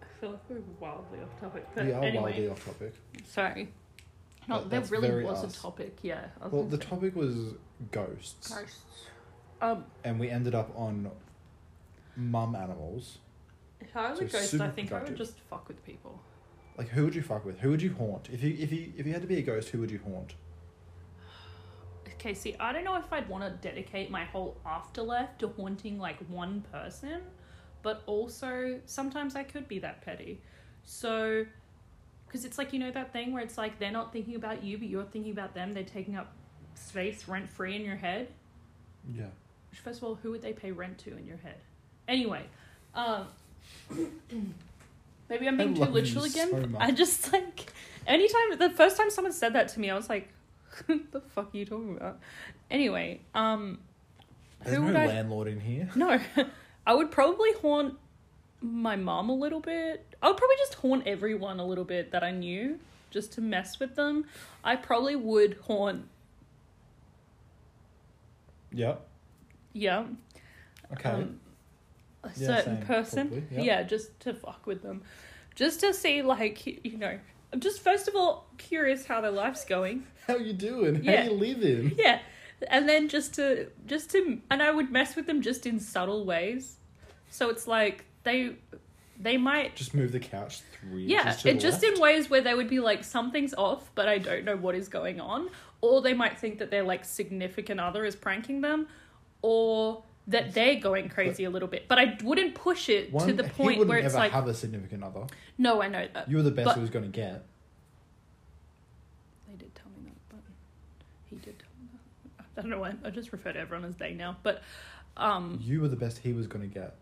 I feel like we're wildly off topic, but We are anyway, wildly off topic. sorry. No, That- there that's really very was us. a topic. Yeah. I was Well, gonna the say topic was ghosts, ghosts. Um, and we ended up on mum animals. if I was So a ghost, I super think I would productive. just fuck with people. Like, who would you fuck with? Who would you haunt? If you if you if you had to be a ghost, who would you haunt? Okay, see, I don't know if I'd want to dedicate my whole afterlife to haunting like one person, but also sometimes I could be that petty. So, because it's like, you know, that thing where it's like they're not thinking about you, but you're thinking about them, they're taking up space rent free in your head. Yeah. Which, First of all, who would they pay rent to in your head? Anyway, um, maybe I'm I being too love you literal again. so but much. I just like anytime the first time someone said that to me, I was like, "The fuck are you talking about?" Anyway, um, There's who no would I? landlord in here. No, I would probably haunt my mom a little bit. I would probably just haunt everyone a little bit that I knew, just to mess with them. I probably would haunt. Yep. Yeah. Okay. um, a Yeah, certain same, person. probably, yeah. Yeah, just to fuck with them. Just to see, like, you know, I'm just first of all curious how their life's going. How you doing? yeah. How you living? Yeah. And then just to, just to, and I would mess with them just in subtle ways. So it's like they, they might, Just move the couch three. yeah, inches to it the just left. in ways where they would be like, something's off, but I don't know what is going on. Or they might think that their like significant other is pranking them, or that they're going crazy a little bit. But I wouldn't push it One, to the he point wouldn't where it's ever like, have a significant other. No, I know that. You were the best But- he was going to get. They did tell me that, but he did tell me that. I don't know why. I just refer to everyone as they now. But um, You were the best he was going to get.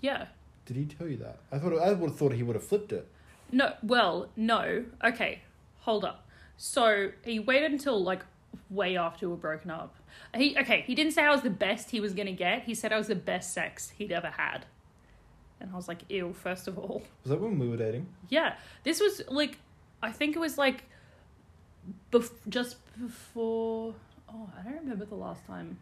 yeah. Did he tell you that? I thought I would have thought he would have flipped it. No, well, no. Okay, hold up. So he waited until like way after we were broken up. He okay. He didn't say I was the best he was gonna get. He said I was the best sex he'd ever had, and I was like, ew. First of all, Was that when we were dating? yeah. This was like, I think it was like, bef- just before. Oh, I don't remember the last time,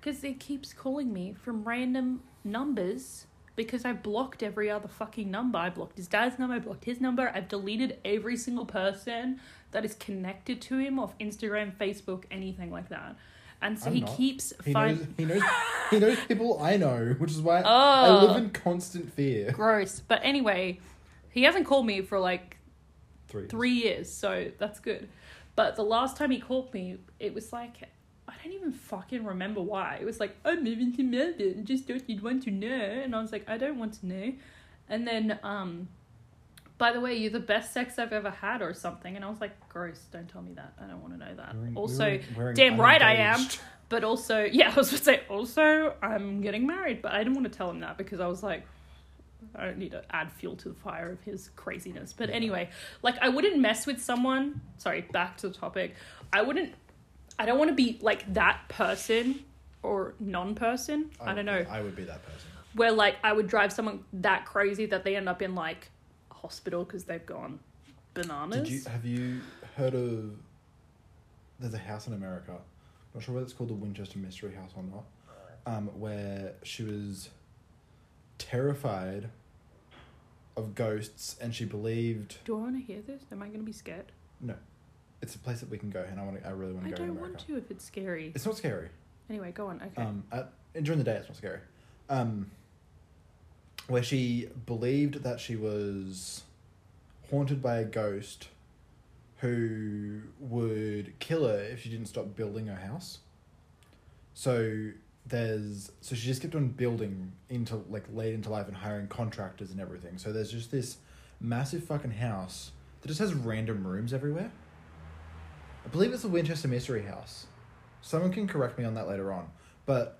because it keeps calling me from random numbers because I blocked every other fucking number. I blocked his dad's number. I blocked his number. I've deleted every single person that is connected to him off Instagram, Facebook, anything like that. And so I'm he not. keeps He find- knows. He knows. he knows people I know, which is why I Oh. live in constant fear. gross. But anyway, he hasn't called me for like Three. three years, so that's good. But the last time he called me, it was like I don't even fucking remember why. It was like I'm moving to Melbourne, just thought you'd want to know, and I was like I don't want to know. And then, um, by the way, you're the best sex I've ever had, or something. And I was like, gross, don't tell me that. I don't want to know that. Wearing- we also, were wearing damn right I am. unengaged. But also, yeah, I was gonna say also I'm getting married, but I didn't want to tell him that because I was like, I don't need to add fuel to the fire of his craziness. But anyway, like I wouldn't mess with someone. Sorry, back to the topic. I wouldn't. I don't want to be like that person or non-person. I, don't know. I would be that person. Where like I would drive someone that crazy that they end up in like a hospital because they've gone bananas. Did you have you heard of? There's a house in America. not sure whether it's called the Winchester Mystery House or not. Um, where she was terrified of ghosts, and she believed Do I want to hear this? Am I going to be scared? no, it's a place that we can go, and I want to. I really want I to go. in don't America. want to if it's scary. It's not scary. Anyway, go on. Okay. Um, at, and during the day, it's not scary. Um, where she believed that she was haunted by a ghost who would kill her if she didn't stop building her house. So there's so she just kept on building into like late into life and hiring contractors and everything. So there's just this massive fucking house that just has random rooms everywhere. I believe it's the Winchester Mystery House. Someone can correct me on that later on, but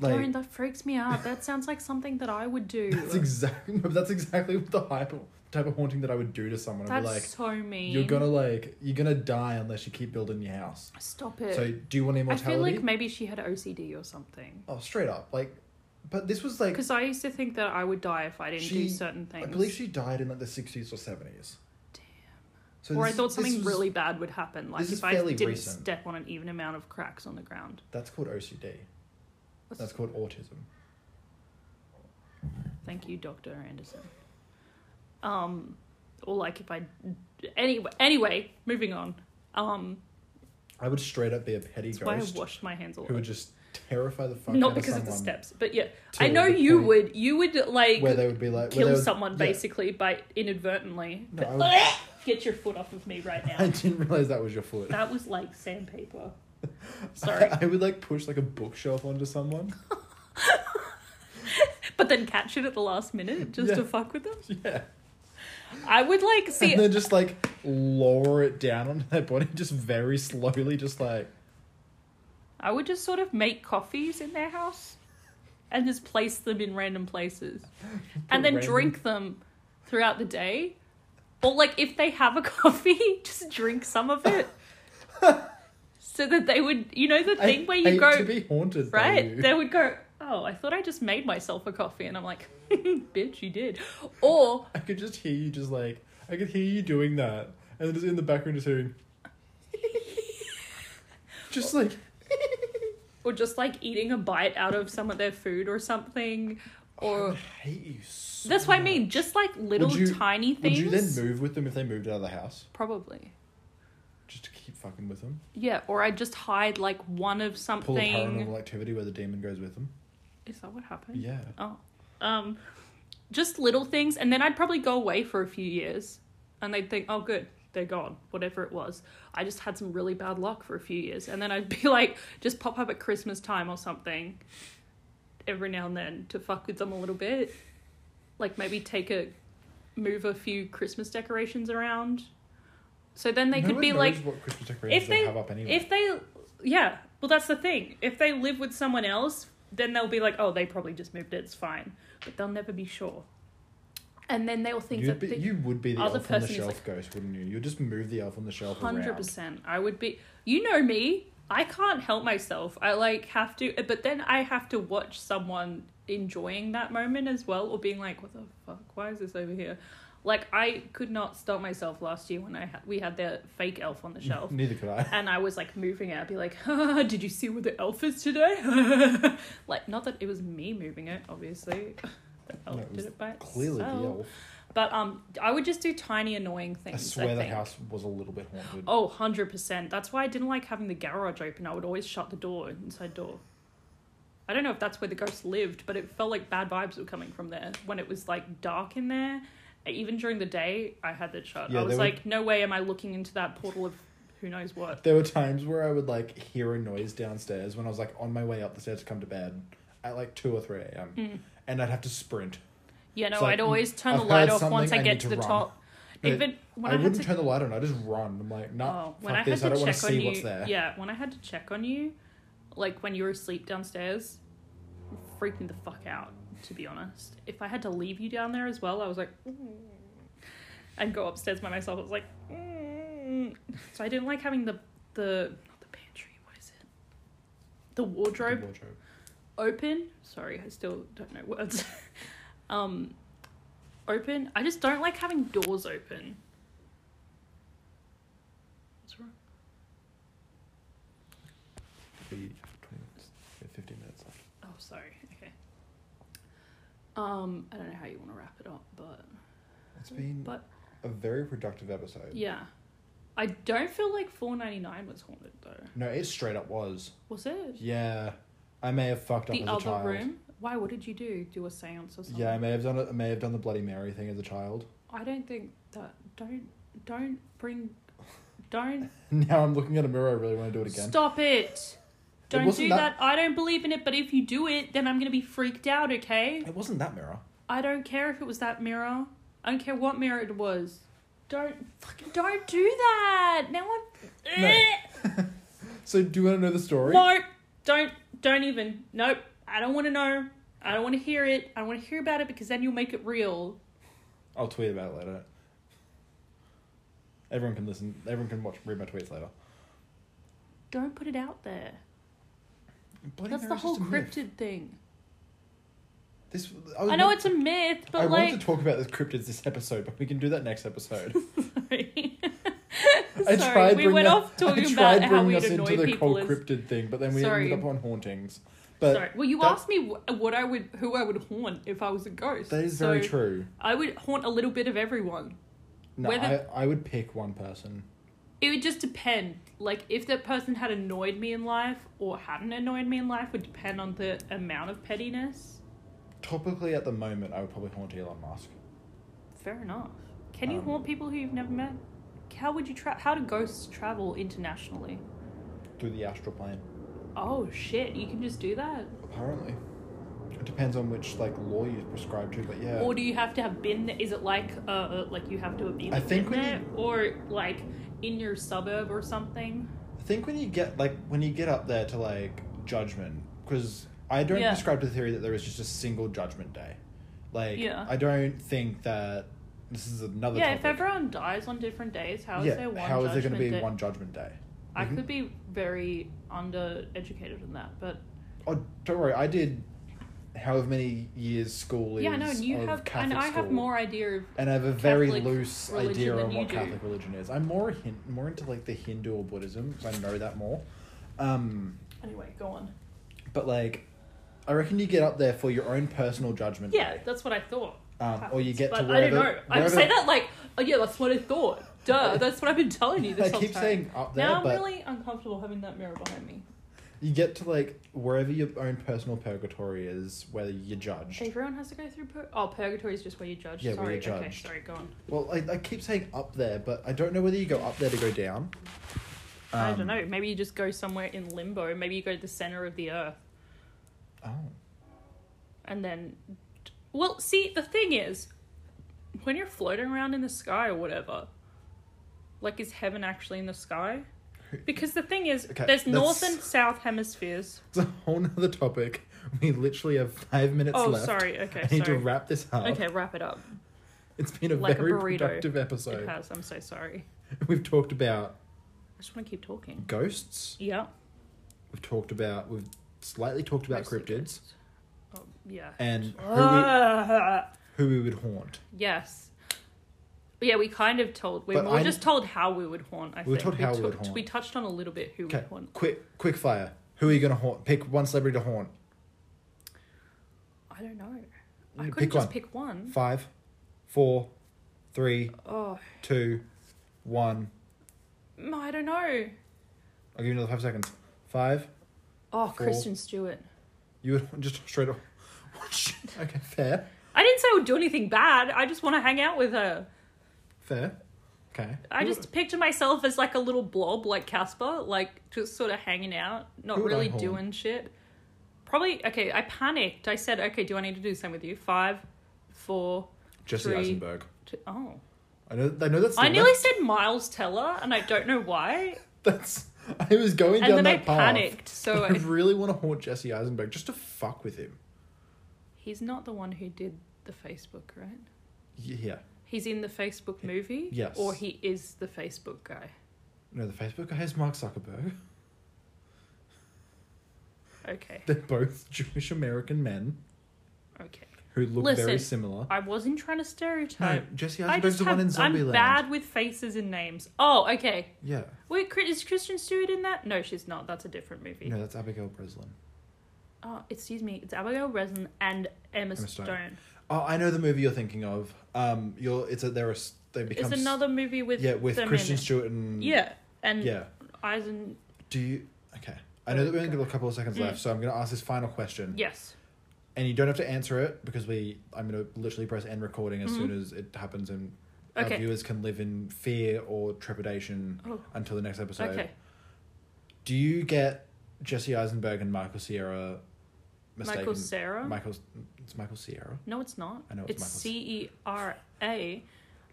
like Darren, that freaks me out. That sounds like something that I would do. that's exactly that's exactly the hype type of haunting that I would do to someone. I'd That's be like, so mean. you're gonna like you're gonna die unless you keep building your house. stop it. So do you want I feel immortality? like maybe she had OCD or something. oh, straight up, like, but this was like Because I used to think that I would die if I didn't she- do certain things. I believe she died in like the sixties or seventies. Damn. So or I this- thought this something was- really bad would happen, like this is if I fairly didn't recent. step on an even amount of cracks on the ground. That's called OCD. That's called autism. Thank you, Doctor Anderson. Um, or like if I anyway anyway moving on. Um, I would straight up be a petty that's why I ghost washed my hands all who over. would just terrify the fuck out Not because of of the someone steps, but yeah, to I know the you point would. You would like where they would be like where kill they would- someone yeah. basically by inadvertently. No, I But- would- Get your foot off of me right I now. didn't realize that was your foot. that was like sandpaper. Sorry, I would like push like a bookshelf onto someone. but then catch it at the last minute just to Yeah. fuck with them. Yeah. I would like see. And then just like lower it down onto their body, just very slowly, just like I would just sort of make coffees in their house and just place them in random places and then random- drink them throughout the day. Or, like, if they have a coffee, just drink some of it. so that they would, you know, the thing I- where you I- go, to be haunted by right? you. They would go, oh, I thought I just made myself a coffee. And I'm like, bitch, you did. Or, I could just hear you just like I could hear you doing that. And then just in the background just hearing Just like or just like eating a bite out of some of their food or something. Or, I hate you so that's what I mean, just like little Oh, Would you- tiny Would things. you then move with them if they moved out of the house? Probably. Just to keep fucking with them? Yeah, or I just hide like one of Pull a something. paranormal activity where the demon goes with them? Is that what happened? Yeah. Oh. Um just little things and then I'd probably go away for a few years and they'd think, "Oh good, they're gone." Whatever it was. I just had some really bad luck for a few years and then I'd be like just pop up at Christmas time or something every now and then to fuck with them a little bit. Like maybe take a move a few Christmas decorations around. So then they No could one be knows like what Christmas decorations if they, have up anyway. if they yeah well that's the thing if they live with someone else then they'll be like oh they probably just moved it it's fine but they'll never be sure and then they'll think You'd that be, they- you would be the elf other on the person is shelf like- ghost, wouldn't you? You'd just move the elf on the shelf hundred around. percent. I would be. You know me. I can't help myself. I like have to, but then I have to watch someone enjoying that moment as well, or being like, "What the fuck? Why is this over here?" Like I could not stop myself last year when I ha- we had the fake elf on the shelf. Neither could I. and I was like moving it. I'd be like, "Did you see where the elf is today?" like, not that it was me moving it, obviously. The elf it was did it by Clearly, the itself. elf. But um, I would just do tiny annoying I things. swear the think. house was a little bit haunted. Oh, 100%. That's why I didn't like having the garage open. I would always shut the door, inside door. I don't know if that's where the ghost lived, but it felt like bad vibes were coming from there when it was like dark in there. Even during the day, I had that shut. Yeah, I was they like, no way am I looking into that portal of who knows what. There were times where I would like hear a noise downstairs when I was like on my way up the stairs to come to bed at like two or three a.m. and I'd have to sprint. You know, It's like, Hmm. I'd always turn the I've light heard off once I something, I get need to to the run. top. But Even when I, I, had wouldn't to turn the light on. I would just run. I'm like, no, nah, Oh, when I fuck had this. I to don't want to check on see you, what's there. yeah, when I had to check on you, like when you were asleep downstairs, it freaked me the fuck out. To be honest, if I had to leave you down there as well, I was like, "Mm," and go upstairs by myself. I was like, "Mm." so I didn't like having the the not the pantry. What is it? The The wardrobe wardrobe. open. Sorry, I still don't know words. um, open. I just don't like having doors open. What's wrong? Be 20 minutes, yeah, 15 minutes left. Oh, sorry. Okay. Um, I don't know how you want to wrap it up, but It's been but a very productive episode. yeah, I don't feel like four ninety nine was haunted though. No, it straight up was. Was it Yeah, I may have fucked up the as other a child. room? Why? What did you do? Do a séance or something? Yeah, I may have done it. I may have done the Bloody Mary thing as a child. I don't think that. Don't don't bring. Don't Now I'm looking at a mirror. I really want to do it again. stop it. Don't wasn't do that. that- I don't believe in it, but if you do it, then I'm gonna be freaked out. Okay. It wasn't that mirror. I don't care if it was that mirror. I don't care what mirror it was. Don't fucking don't do that. Now I'm. Eh, No. So do you want to know the story? No, don't, don't even. Nope. I don't want to know. I don't want to hear it. I don't want to hear about it because then you'll make it real. I'll tweet about it later. Everyone can listen. Everyone can watch read my tweets later. Don't put it out there. Bloody That's the Mary's whole just a myth. cryptid thing. This I, I know it's a myth, but I like, wanted to talk about the cryptids this episode, but we can do that next episode. sorry, I Sorry, tried we bringing went up- off talking I about tried how bringing we'd us annoy into the people whole as- cryptid thing, but then we Sorry. ended up on hauntings. But Sorry. Well, you that- asked me wh- what I would, who I would haunt if I was a ghost. That is So very true. I would haunt a little bit of everyone. No, whether- I, I would pick one person. It would just depend. Like if that person had annoyed me in life or hadn't annoyed me in life would depend on the amount of pettiness. Topically, at the moment, I would probably haunt Elon Musk. Fair enough. Can you Um, haunt people who you've never met? How would you tra- How do ghosts travel internationally? Through the astral plane. Oh shit! You can just do that. Apparently. It depends on which like law you prescribe to, but yeah. Or do you have to have been? Is it like uh like you have to have been, I think been when there, you- or like in your suburb or something? I think when you get like when you get up there to like judgment, because I don't Yeah. subscribe to the theory that there is just a single judgment day. Like Yeah. I don't think that this is another. yeah, topic. if everyone dies on different days, how is yeah, there one? how is there going to judgment be day? one judgment day? I Mhm. could be very undereducated in that, but Oh, don't worry. I did however many years school is. yeah, no, and you of have, Catholic and I have school. more idea of and I have a very Catholic loose religion idea than on you what do. Catholic religion is. I'm more hin- more into like the Hindu or Buddhism because I know that more. Um, anyway. Go on. but like, I reckon you get up there for your own personal judgment. Yeah, day. that's what I thought. Um, or you get but to I don't wherever. know. I wherever- say that like, oh yeah, that's what I thought. Duh, that's what I've been telling you this I whole keep time. saying up there, now I'm but really uncomfortable having that mirror behind me. you get to like wherever your own personal purgatory is, where you're judged. Everyone has to go through. Pur- oh, purgatory is just where you judge. Yeah, sorry. where you're Okay, judged. sorry. Go on. Well, I, I keep saying up there, but I don't know whether you go up there to go down. I Um, don't know. Maybe you just go somewhere in limbo. Maybe you go to the center of the earth. Oh. and then well see the thing is when you're floating around in the sky or whatever like is heaven actually in the sky because the thing is Okay, there's north that's- and south hemispheres It's a whole nother topic. We literally have five minutes oh left. sorry okay I need sorry to wrap this up. okay wrap it up It's been a like a very burrito. productive it episode. has i'm so sorry We've talked about i just want to keep talking ghosts. yeah We've talked about we've slightly talked about mostly cryptids ghosts. oh, yeah and who Ah, we, who we would haunt. yes yeah, we kind of told. We But more I- just told how we would haunt. I We were think told how we would tou- haunt. We touched on a little bit who Okay, would haunt. quick quick fire. Who are you gonna haunt? Pick one celebrity to haunt. I don't know. I You couldn't pick just one. pick one. Five, four, three, Oh, two, one. mm, I don't know. I'll give you another five seconds. Five. Oh, Four. Kristen Stewart. You would haunt- just straight up. Okay, fair, I didn't say I would do anything bad. I just want to hang out with her. fair. Okay. I just picture myself as like a little blob, like Casper, like just sort of hanging out, not Who would I really haunt? doing shit. Probably okay. I panicked. I said, "Okay, do I need to do something with you?" Five, four, Jesse three, Eisenberg. two- oh, I know. I know that's. the I nearly left- said Miles Teller, and I don't know why. That's. I was going And down then I that path. panicked. So I I- really want to haunt Jesse Eisenberg just to fuck with him. he's not the one who did the Facebook, right? Yeah. He's in the Facebook movie? yes. Or he is the Facebook guy. No, the Facebook guy is Mark Zuckerberg. Okay. They're both Jewish American men Okay. who look very Listen, similar. I wasn't trying to No, stereotype. Jesse I Eisenberg's just the have, one in Zombieland. I'm bad with faces and names. Oh, okay. Yeah. Wait, Chri- is Christian Stewart in that? No, she's not. That's a different movie. No, that's Abigail Breslin. Oh, excuse me. It's Abigail Breslin and Emma, Stone. Stone. Oh, I know the movie you're thinking of. Um, you're. It's a. They're a. s- They become. It's s- another movie with Yeah, with them in Christian it. Stewart and. Yeah, and Yeah. Eisen. Do you? Okay. I know that we only got a couple of seconds Mm. left, so I'm going to ask this final question. Yes. and you don't have to answer it because we I'm gonna literally press end recording as soon as it happens and our Mm-hmm. Okay. viewers can live in fear or trepidation Oh. until the next episode. okay. Do you get Jesse Eisenberg and Michael Sierra mistaken? Michael Cera? Michael it's Michael Sierra. No, it's not. I know it's it's Michael's. C E R A.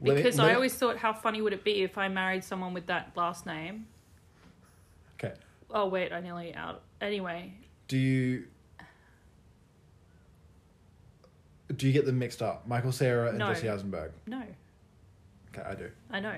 Let me- Because let I me- always thought, how funny would it be if I married someone with that last name? Okay. Oh wait, I nearly out. Anyway, Do you do you get them mixed up? Michael Sarah and No. Jesse Eisenberg. no, Okay, I do. I know.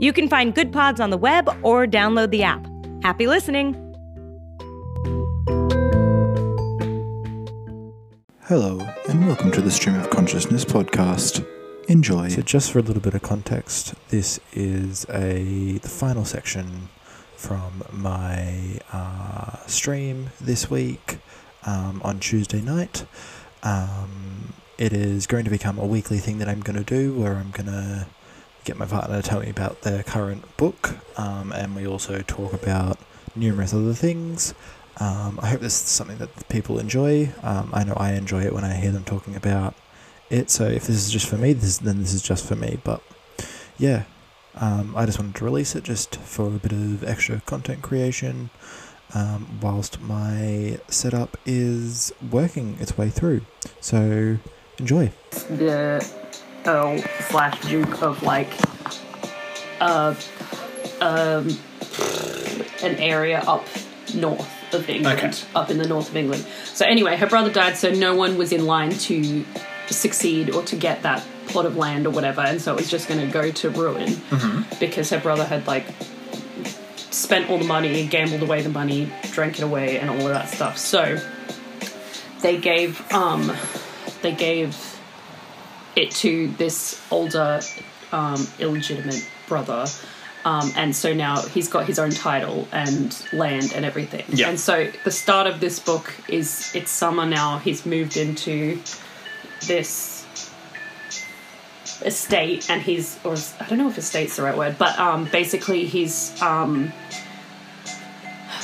You can find Good Pods on the web or download the app. Happy listening! Hello, and welcome to the Stream of Consciousness podcast. Enjoy. So, just for a little bit of context, this is a the final section from my uh, stream this week um, on Tuesday night. Um, it is going to become a weekly thing that I'm going to do, where I'm going to get my partner to tell me about their current book, um, and we also talk about numerous other things. Um, I hope this is something that the people enjoy. Um, I know I enjoy it when I hear them talking about it. So if this is just for me, this then this is just for me. But yeah, um, I just wanted to release it just for a bit of extra content creation, um, whilst my setup is working its way through. So enjoy. the oh slash juke of like uh um an area up north of England. Okay. Up in the north of England. So anyway, her brother died so no one was in line to succeed or to get that plot of land or whatever and so it was just gonna go to ruin because her brother had like spent all the money, gambled away the money, drank it away and all of that stuff. So they gave um they gave it to this older, um, illegitimate brother. Um, and so now he's got his own title and land and everything. Yeah. And so the start of this book is it's summer now. He's moved into this estate, and he's or is- I don't know if estate's the right word, but um, basically he's um,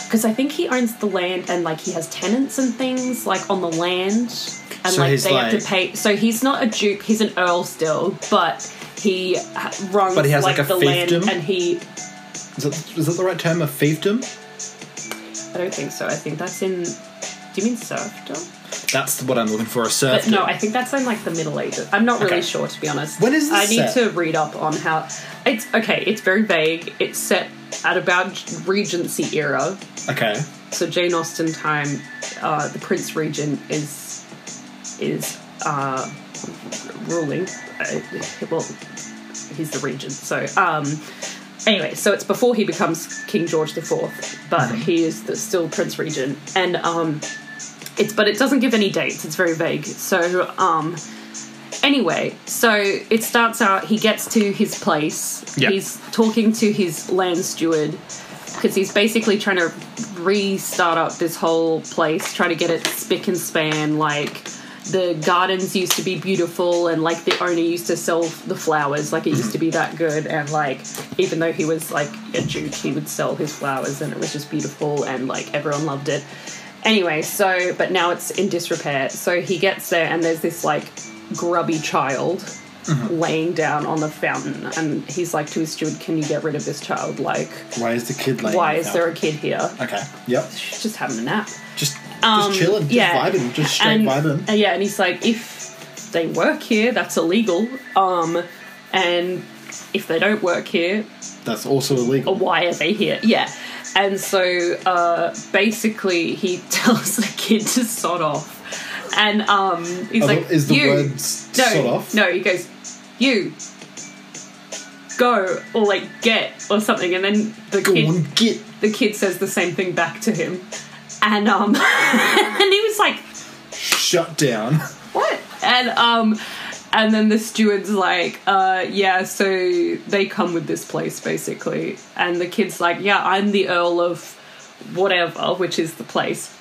because I think he owns the land and like he has tenants and things like on the land, and So like he's they have like- to pay. So he's not a duke; he's an earl still, but he ha- runs But he has, like, like, a the land, fiefdom? and he. Is that, is that the right term? A fiefdom? I don't think so. I think that's in. Do you mean serfdom? That's what I'm looking for. A But serfdom. no, I think that's in like the Middle Ages. I'm not really Okay. sure to be honest. When is this I need set? to read up on how. It's okay. It's very vague. It's set at about Regency era, okay. so Jane Austen time, uh, the Prince Regent is is uh, ruling. Uh, well, he's the regent. So um, anyway, so it's before he becomes King George the Fourth, but he is the, still Prince Regent, and um, it's but it doesn't give any dates. It's very vague. So um, anyway, so it starts out. He gets to his place. Yeah. He's talking to his land steward because he's basically trying to restart up this whole place, try to get it spick and span. Like the gardens used to be beautiful, and like the owner used to sell the flowers, like it used to be that good. And like even though he was like a duke, he would sell his flowers, and it was just beautiful, and like everyone loved it. Anyway, so but now it's in disrepair. So he gets there, and there's this like grubby child Mm-hmm. laying down on the fountain and he's like to his steward can you get rid of this child like Why is the kid like? why is there a kid here Okay. Yep. She's just having a nap Just um, just chilling. Just yeah. vibing. Just straight and, vibing. and yeah and he's like if they work here that's illegal um and if they don't work here That's also illegal. why are they here? Yeah. And so uh, basically, he tells the kid to sod off. And um, he's Are the- like, is the you, word s- no, sod off? No, he goes, you go or like get or something. And then the Go kid on, get. the kid says the same thing back to him. And um, and he was like, Shut down. what? And um, and then the steward's like, uh, yeah, so they come with this place basically, and the kid's like, yeah, I'm the Earl of whatever, which is the place.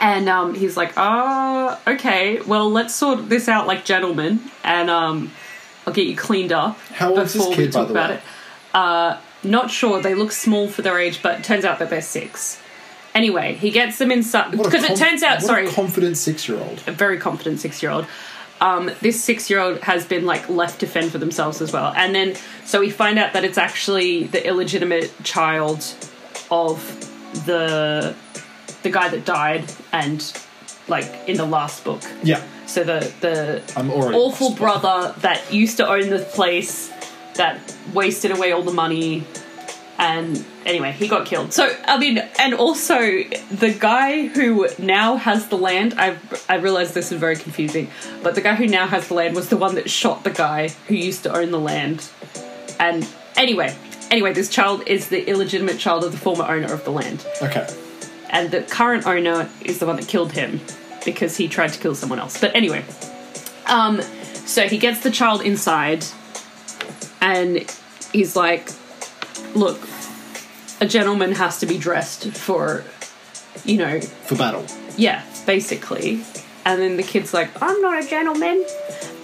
And um, he's like, ah, okay, well, let's sort this out like gentlemen, and um, I'll get you cleaned up How old is this kid, by the way? Uh, not sure. They look small for their age, but turns out that they're six. Anyway, he gets them inside What a because it conf- turns out. what Sorry, A confident six-year-old. a very confident six year old. Um, this six year old has been like left to fend for themselves as well. And then so we find out that it's actually the illegitimate child of the the guy that died and like in the last book. Yeah. So the the I'm already awful lost. brother that used to own the place that wasted away all the money. And anyway, he got killed. So I mean, and also the guy who now has the land. I I realize this is very confusing, but the guy who now has the land was the one that shot the guy who used to own the land. And anyway, anyway, this child is the illegitimate child of the former owner of the land, Okay. and the current owner is the one that killed him because he tried to kill someone else. But anyway, um, so he gets the child inside, and he's like, "Look, a gentleman has to be dressed for, you know, for battle. yeah, basically. And then the kid's like, I'm not a gentleman.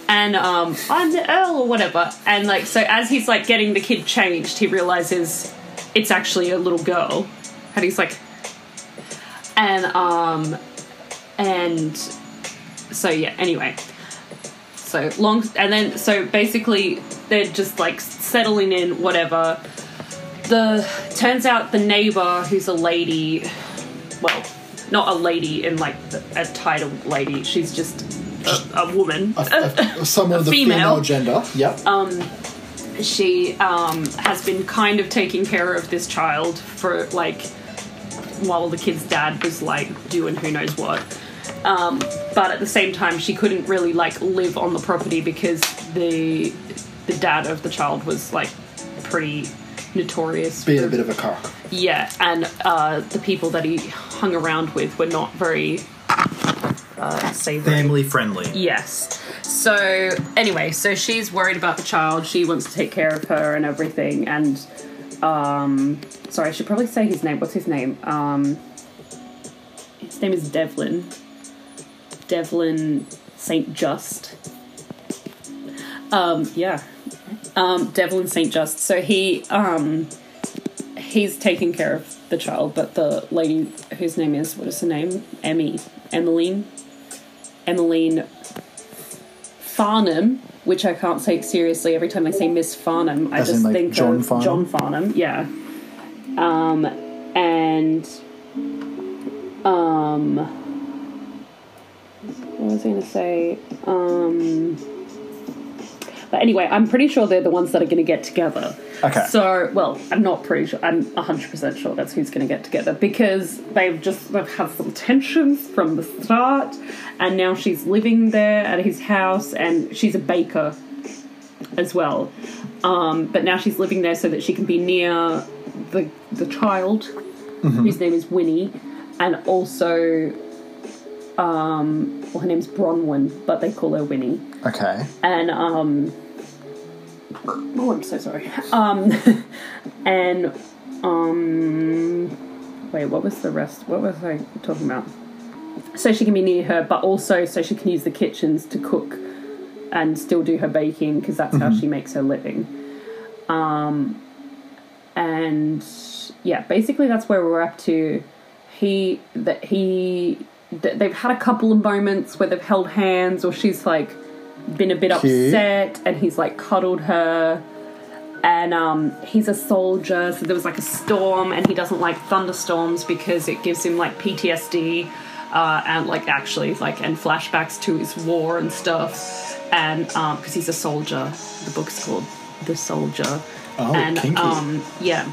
And um, I'm the Earl or whatever. And like, so as he's like getting the kid changed, he realizes it's actually a little girl. And he's like, and um, and so yeah, anyway. So long, and then so basically they're just like settling in, whatever. The turns out the neighbor who's a lady well, not a lady in like the- a title lady. She's just a, a woman. A- a- Someone of the female. female, gender. Yep. she um, has been kind of taking care of this child for like while the kid's dad was like doing who knows what. Um, but at the same time, she couldn't really like live on the property because the the dad of the child was like pretty notorious Being a bit of a cock. Yeah, and uh, the people that he hung around with were not very uh, savory. Family friendly. Yes. So anyway, so she's worried about the child. She wants to take care of her and everything. And um, sorry, I should probably say his name. What's his name? Um, his name is Devlin. Devlin Saint Just. Um, yeah. Um, Devlin Saint Just. So he um, he's taking care of the child, but the lady whose name is what is her name? Emmy. Emmeline. Emmeline Farnham, which I can't take seriously. Every time I say Miss Farnham, I As in, just like, think John of Farnham? John Farnham. Yeah. Um, and um, what was I going to say? Um, but anyway, I'm pretty sure they're the ones that are going to get together. Okay. So, well, I'm not pretty sure. I'm 100% sure that's who's going to get together because they've just they've had some tensions from the start, and now she's living there at his house, and she's a baker as well. Um, but now she's living there so that she can be near the the child, Mm-hmm. whose name is Winnie, and also, um, well, her name's Bronwyn, but they call her Winnie Okay. and um oh i'm so sorry um and um wait what was the rest what was i talking about so she can be near her but also so she can use the kitchens to cook and still do her baking because that's how she makes her living um and yeah basically that's where we're up to he that he th- they've had a couple of moments where they've held hands or she's like been a bit upset and he's like cuddled her and um, he's a soldier so there was like a storm and he doesn't like thunderstorms because it gives him like ptsd uh, and like actually like and flashbacks to his war and stuff and because he's a soldier the book's called the soldier Oh, and kinky. um yeah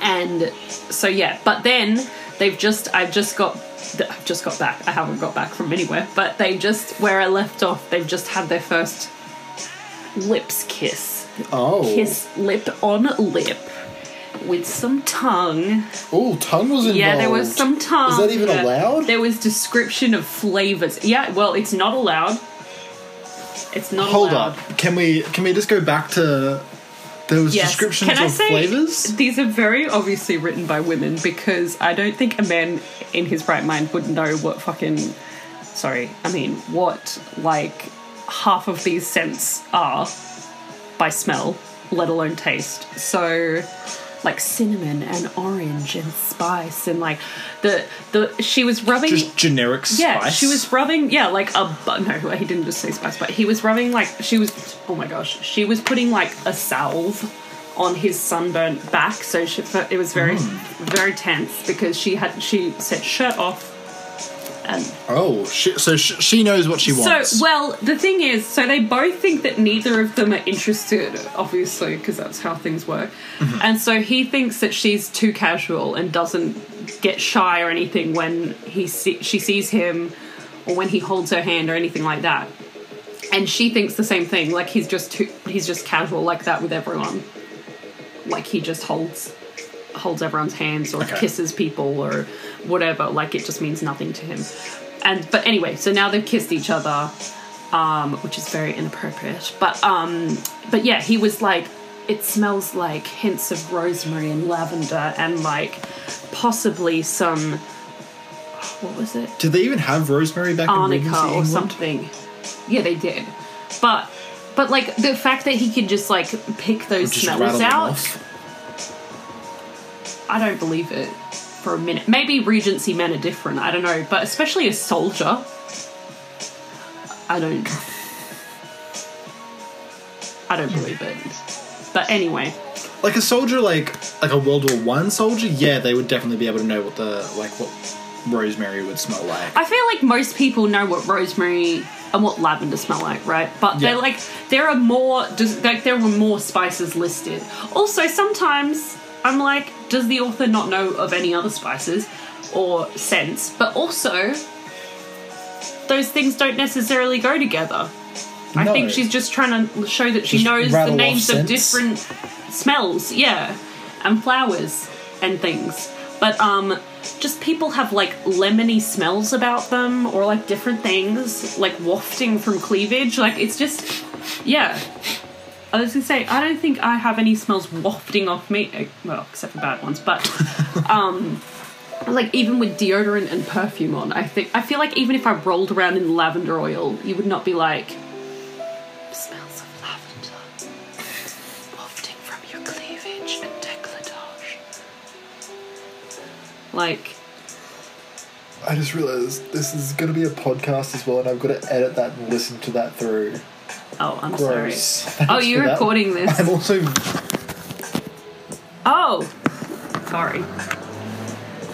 and so yeah but then they've just i've just got i've just got back i haven't got back from anywhere but they just where i left off they've just had their first lips kiss Oh. kiss lip on lip with some tongue Oh, tongue was involved. yeah there was some tongue Is that even Yeah. allowed? there was description of flavors yeah well it's not allowed it's not Hold allowed. up. Can we can we just go back to those Yes. descriptions of flavors? These are very obviously written by women because I don't think a man in his right mind would know what fucking sorry, I mean what like half of these scents are by smell, let alone taste. So like cinnamon and orange and spice and like the the she was rubbing Just generic spice. yeah, she was rubbing. Yeah, like a bu- no, he didn't just say spice, but he was rubbing like she was. Oh my gosh, she was putting like a salve on his sunburnt back, so she, it was very, very tense because she had she said shirt off, And Oh, she, so sh- she knows what she wants. So, well, the thing is, so they both think that neither of them are interested, obviously, because that's how things work. Mm-hmm. And so he thinks that she's too casual and doesn't get shy or anything when he see- she sees him or when he holds her hand or anything like that. And she thinks the same thing, like he's just too, he's just casual like that with everyone. Like he just holds holds everyone's hands or kisses people or whatever. Like it just means nothing to him. And but anyway, so now they've kissed each other, um, which is very inappropriate. But um, but yeah, he was like, it smells like hints of rosemary and lavender and like possibly some what was it Did they even have rosemary back in Regency arnica or England? something. Yeah, they did. But but like the fact that he could just like pick those Just rattle smells them out. off? I don't believe it for a minute. Maybe Regency men are different. I don't know, but especially a soldier. I don't. I don't believe it. But anyway, Like a soldier, like like a World War One soldier. Yeah, they would definitely be able to know what the like what rosemary would smell like. I feel like most people know what rosemary and what lavender smell like, right? But Yeah. they're like there are more does like there were more spices listed. Also, sometimes I'm like, does the author not know of any other spices or scents? But also, those things don't necessarily go together. I No. think she's just trying to show that she Just knows the rattle off names of scents. different smells, yeah, and flowers and things. But um, just people have like lemony smells about them, or like different things, like wafting from cleavage. Like it's just, yeah. I was gonna say I don't think I have any smells wafting off me, eh, well, except for bad ones. But like even with deodorant and perfume on, I think I feel like even if I rolled around in lavender oil, you would not be like smells of lavender wafting from your cleavage and décolletage. Like I just realized this is going to be a podcast as well, and I've got to edit that and listen to that through. oh, I'm Gross. sorry. Thanks Oh, for you're that. recording this. I'm also Oh, sorry.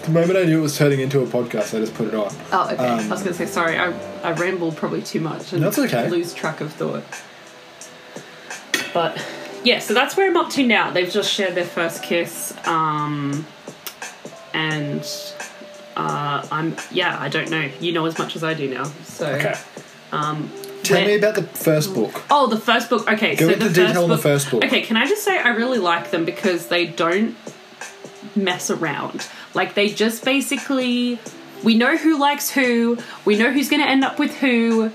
the moment I knew it was turning into a podcast, I just put it on. Oh, okay. I was gonna say sorry. I I rambled probably too much and That's okay. lose track of thought. But yeah, so that's where I'm up to now. They've just shared their first kiss, um, and uh, I'm yeah. I don't know. You know as much as I do now. So Tell Where- me about the first book. Oh, the first book. Okay, Go so into the detail first on the book, first book. Okay, can I just say I really like them because they don't mess around. Like they just basically we know who likes who, we know who's going to end up with who.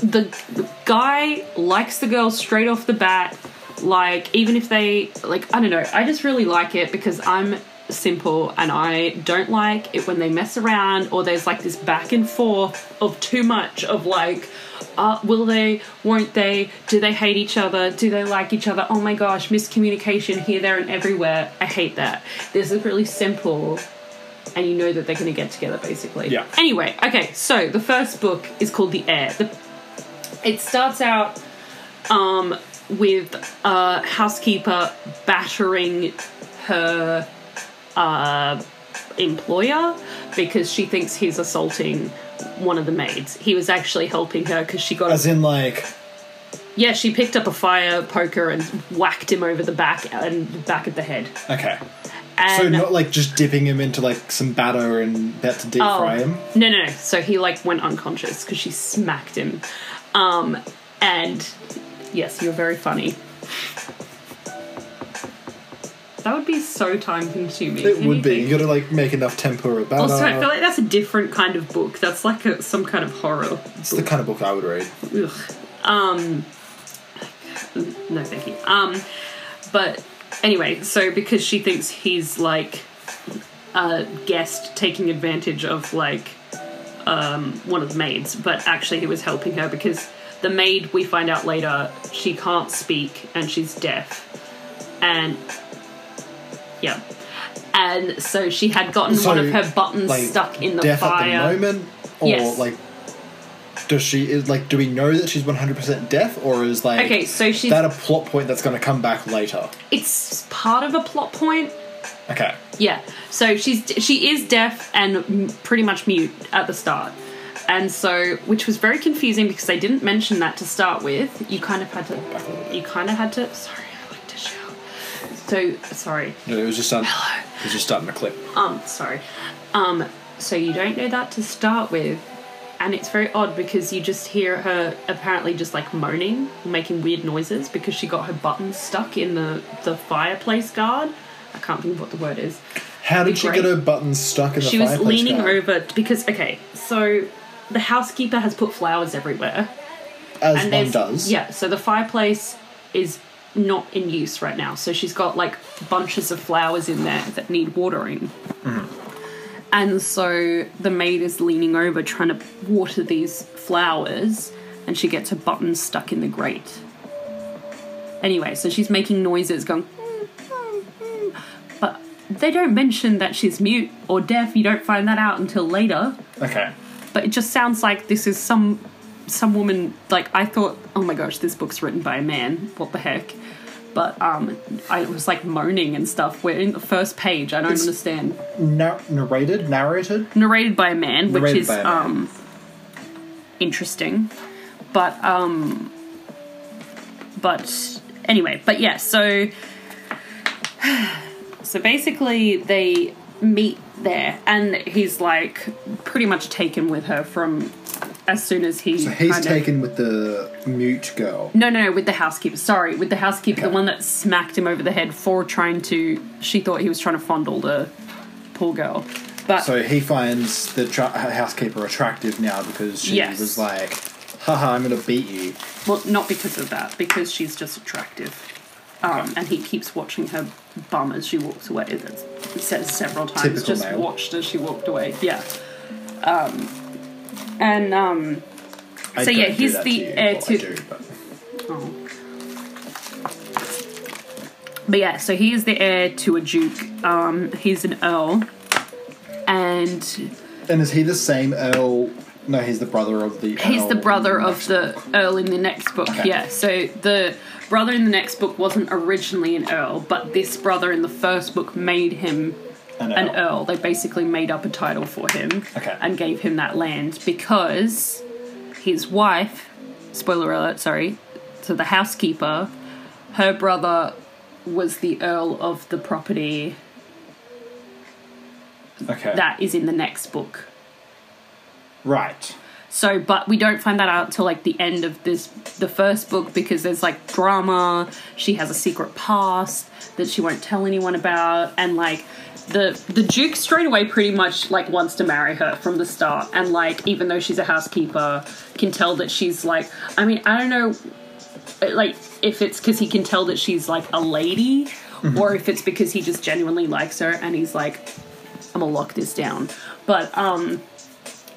The, the guy likes the girl straight off the bat. Like even if they like I don't know, I just really like it because I'm simple and I don't like it when they mess around or there's like this back and forth of too much of like uh, will they won't they do they hate each other do they like each other oh my gosh miscommunication here there and everywhere i hate that this is really simple and you know that they're going to get together basically Yeah. anyway okay so the first book is called the air the, it starts out um, with a housekeeper battering her uh, employer because she thinks he's assaulting one of the maids. He was actually helping her because she got a As in, like, yeah, she picked up a fire poker and whacked him over the back and the back of the head. okay. And So not like just dipping him into like some batter and about to deep Oh. fry him. No, no. no. So he like went unconscious because she smacked him. Um, and yes, you're very funny. That would be so time consuming. It would be. Anything- You got to like make enough tempura batter. Also, I feel like that's a different kind of book. That's like a, some kind of horror. it's the kind of book I would read. Ugh. Um, no, thank you. Um, but anyway, so because she thinks he's like a guest taking advantage of like um, one of the maids, but actually he was helping her because the maid we find out later she can't speak and she's deaf, and yeah. And so she had gotten So, one of her buttons like, stuck in the death fire. at the moment, or Yes. like, does she is like? Do we know that she's one hundred percent deaf, or is like Okay, so she's- that a plot point that's going to come back later? it's part of a plot point Okay. Yeah. So she's she is deaf and m- pretty much mute at the start. And so which was very confusing because they didn't mention that to start with. You kind of had to you kind of had to sorry, I like to shout. So sorry. No, it was just starting. It was just starting to clip. Um sorry. Um so you don't know that to start with. And it's very odd because you just hear her apparently just like moaning, making weird noises because she got her buttons stuck in the, the fireplace guard. I can't think of what the word is How did Be she great. get her buttons stuck in the she was fireplace leaning guard? over because okay so the housekeeper has put flowers everywhere as and one there's does. yeah so the fireplace is not in use right now so she's got like bunches of flowers in there that need watering Mm-hmm. and so the maid is leaning over trying to water these flowers and she gets her buttons stuck in the grate anyway so she's making noises going "Mm, mm, mm," but they don't mention that she's mute or deaf you don't find that out until later Okay. but it just sounds like this is some some woman like i thought oh my gosh this book's written by a man what the heck but um i it was like moaning and stuff we're in the first page i don't It's- understand Nar- narrated, narrated. narrated by a man which Narrated is by a man. um interesting but um but anyway but yeah so so basically they meet there and he's like pretty much taken with her from as soon as he So he's kind of- taken with the mute girl. no, no, no, with the housekeeper. Sorry, with the housekeeper, the one that smacked him over the head for trying to. She thought he was trying to fondle the poor girl. But So he finds the tra- housekeeper attractive now because she Yes. was like, haha, I'm going to beat you. Well, not because of that, because she's just attractive. Um, and he keeps watching her bum as she walks away. That's, it says several times, Typical just male. watched as she walked away. Yeah. Um, and um, I So, yeah, don't do he's that the you. heir Well, I to- do, but- Oh. But yeah, so he is the heir to a duke. Um, he's an earl, and And is he the same Earl? No, he's the brother of the. he's Earl the brother in of the earl in the next book. Okay. Yeah, so the brother in the next book wasn't originally an earl, but this brother in the first book made him An an Earl. earl. They basically made up a title for him Okay. and gave him that land because his wife, spoiler alert, sorry, so the housekeeper, her brother was the earl of the property Okay. that is in the next book. Right. So, but we don't find that out till like the end of this, the first book, because there's like drama. She has a secret past that she won't tell anyone about, and like the the Duke straight away pretty much like wants to marry her from the start, and like even though she's a housekeeper, can tell that she's like. I mean, I don't know it- like if it's because he can tell that she's like a lady or if it's because he just genuinely likes her and he's like i'm gonna lock this down but um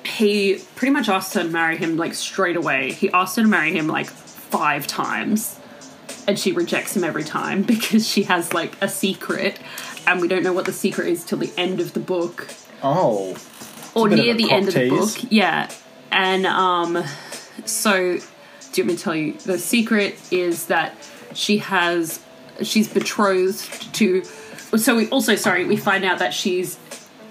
he pretty much asked her to marry him like straight away he asked her to marry him like five times and she rejects him every time because she has like a secret and we don't know what the secret is till the end of the book Oh. or bit of near a the end of the book. cocktails. Yeah, and um, so do you want me to tell you the secret is that she has she's betrothed to. So we also sorry we find out that she's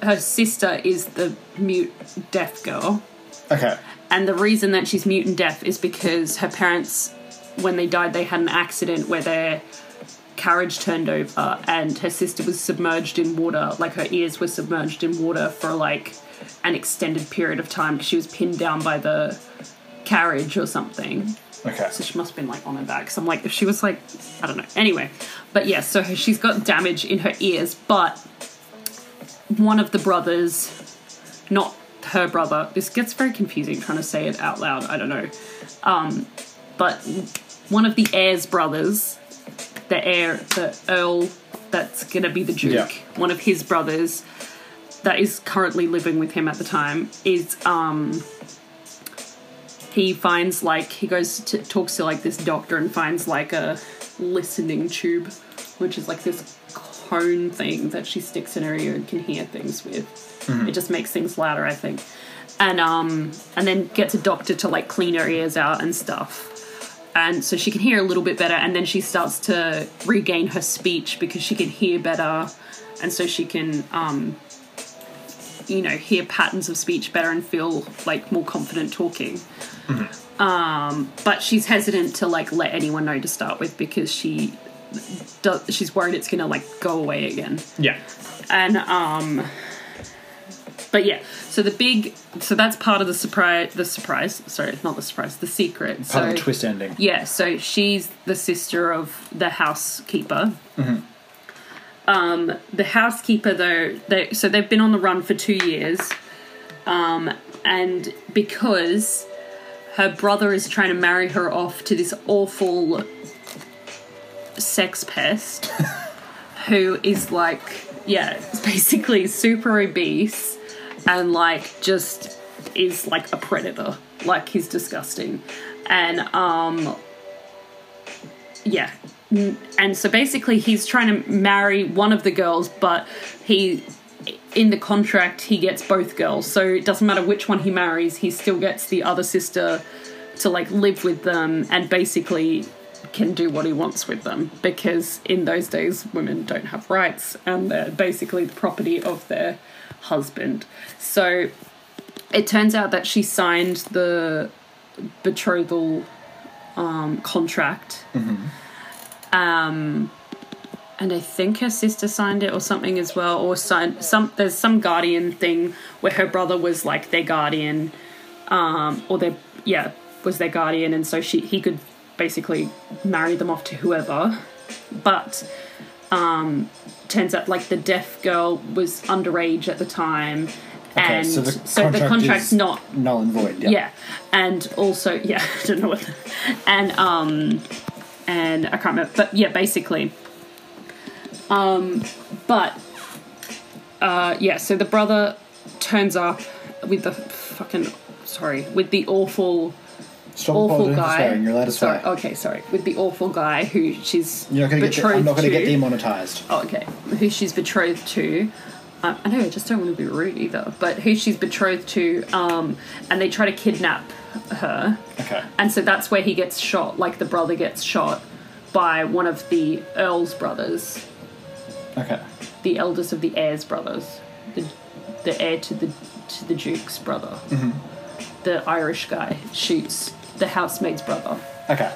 her sister is the mute deaf girl, Okay. and the reason that she's mute and deaf is because her parents when they died they had an accident where their carriage turned over and her sister was submerged in water like her ears were submerged in water for like an extended period of time 'cause she was pinned down by the carriage or something Okay. so she must have been like on her back. So I'm like, if she was like, I don't know. Anyway, but yeah, so she's got damage in her ears, but one of the brothers, not her brother, this gets very confusing trying to say it out loud. I don't know. Um, but one of the heir's brothers, the heir, the earl that's going to be the duke, Yeah. one of his brothers that is currently living with him at the time is um he finds like he goes to talks to like this doctor and finds like a listening tube which is like this cone thing that she sticks in her ear and can hear things with it just makes things louder i think and um and then gets a doctor to like clean her ears out and stuff and so she can hear a little bit better and then she starts to regain her speech because she can hear better and so she can um, you know hear patterns of speech better and feel like more confident talking um, but she's hesitant to like let anyone know to start with because she does, she's worried it's gonna like go away again Yeah. and um but yeah so the big so that's part of the surprise the surprise sorry not the surprise the secret Part so of the twist ending. yeah so she's the sister of the housekeeper um the housekeeper though they so they've been on the run for two years um and because her brother is trying to marry her off to this awful sex pest who is like, yeah, basically super obese and like just is like a predator. Like he's disgusting. And um yeah. N- And so basically he's trying to marry one of the girls, but he in the contract he gets both girls. So it doesn't matter which one he marries, he still gets the other sister to like live with them and basically can do what he wants with them because in those days women don't have rights and they're basically the property of their husband. So it turns out that she signed the betrothal um, contract. Um, and I think her sister signed it or something as well, or signed some. There's some guardian thing where her brother was like their guardian, um, or their yeah was their guardian, and so she he could basically marry them off to whoever. But um, turns out like the deaf girl was underage at the time, and so the, contract's is not null and void. yeah. And also, yeah, I don't know what. the- and um, and I can't remember, but yeah, basically. Um, but uh, yeah, so the brother turns up with the fucking sorry with the awful Stop awful apologizing for guy. swearing. You're allowed to sorry, swear. okay, sorry, with the awful guy who she's You're not gonna get. betrothed I'm not going to to get demonetized. oh, okay, who she's betrothed to. Uh, I know, I just don't want to be rude either, but who she's betrothed to, um, and they try to kidnap her. Okay. And so that's where he gets shot, like the brother gets shot by one of the Earl's brothers, Okay. the eldest of the heirs brothers, the, the heir to the, to the Duke's brother. Mm-hmm. The Irish guy shoots the housemaid's brother, Okay.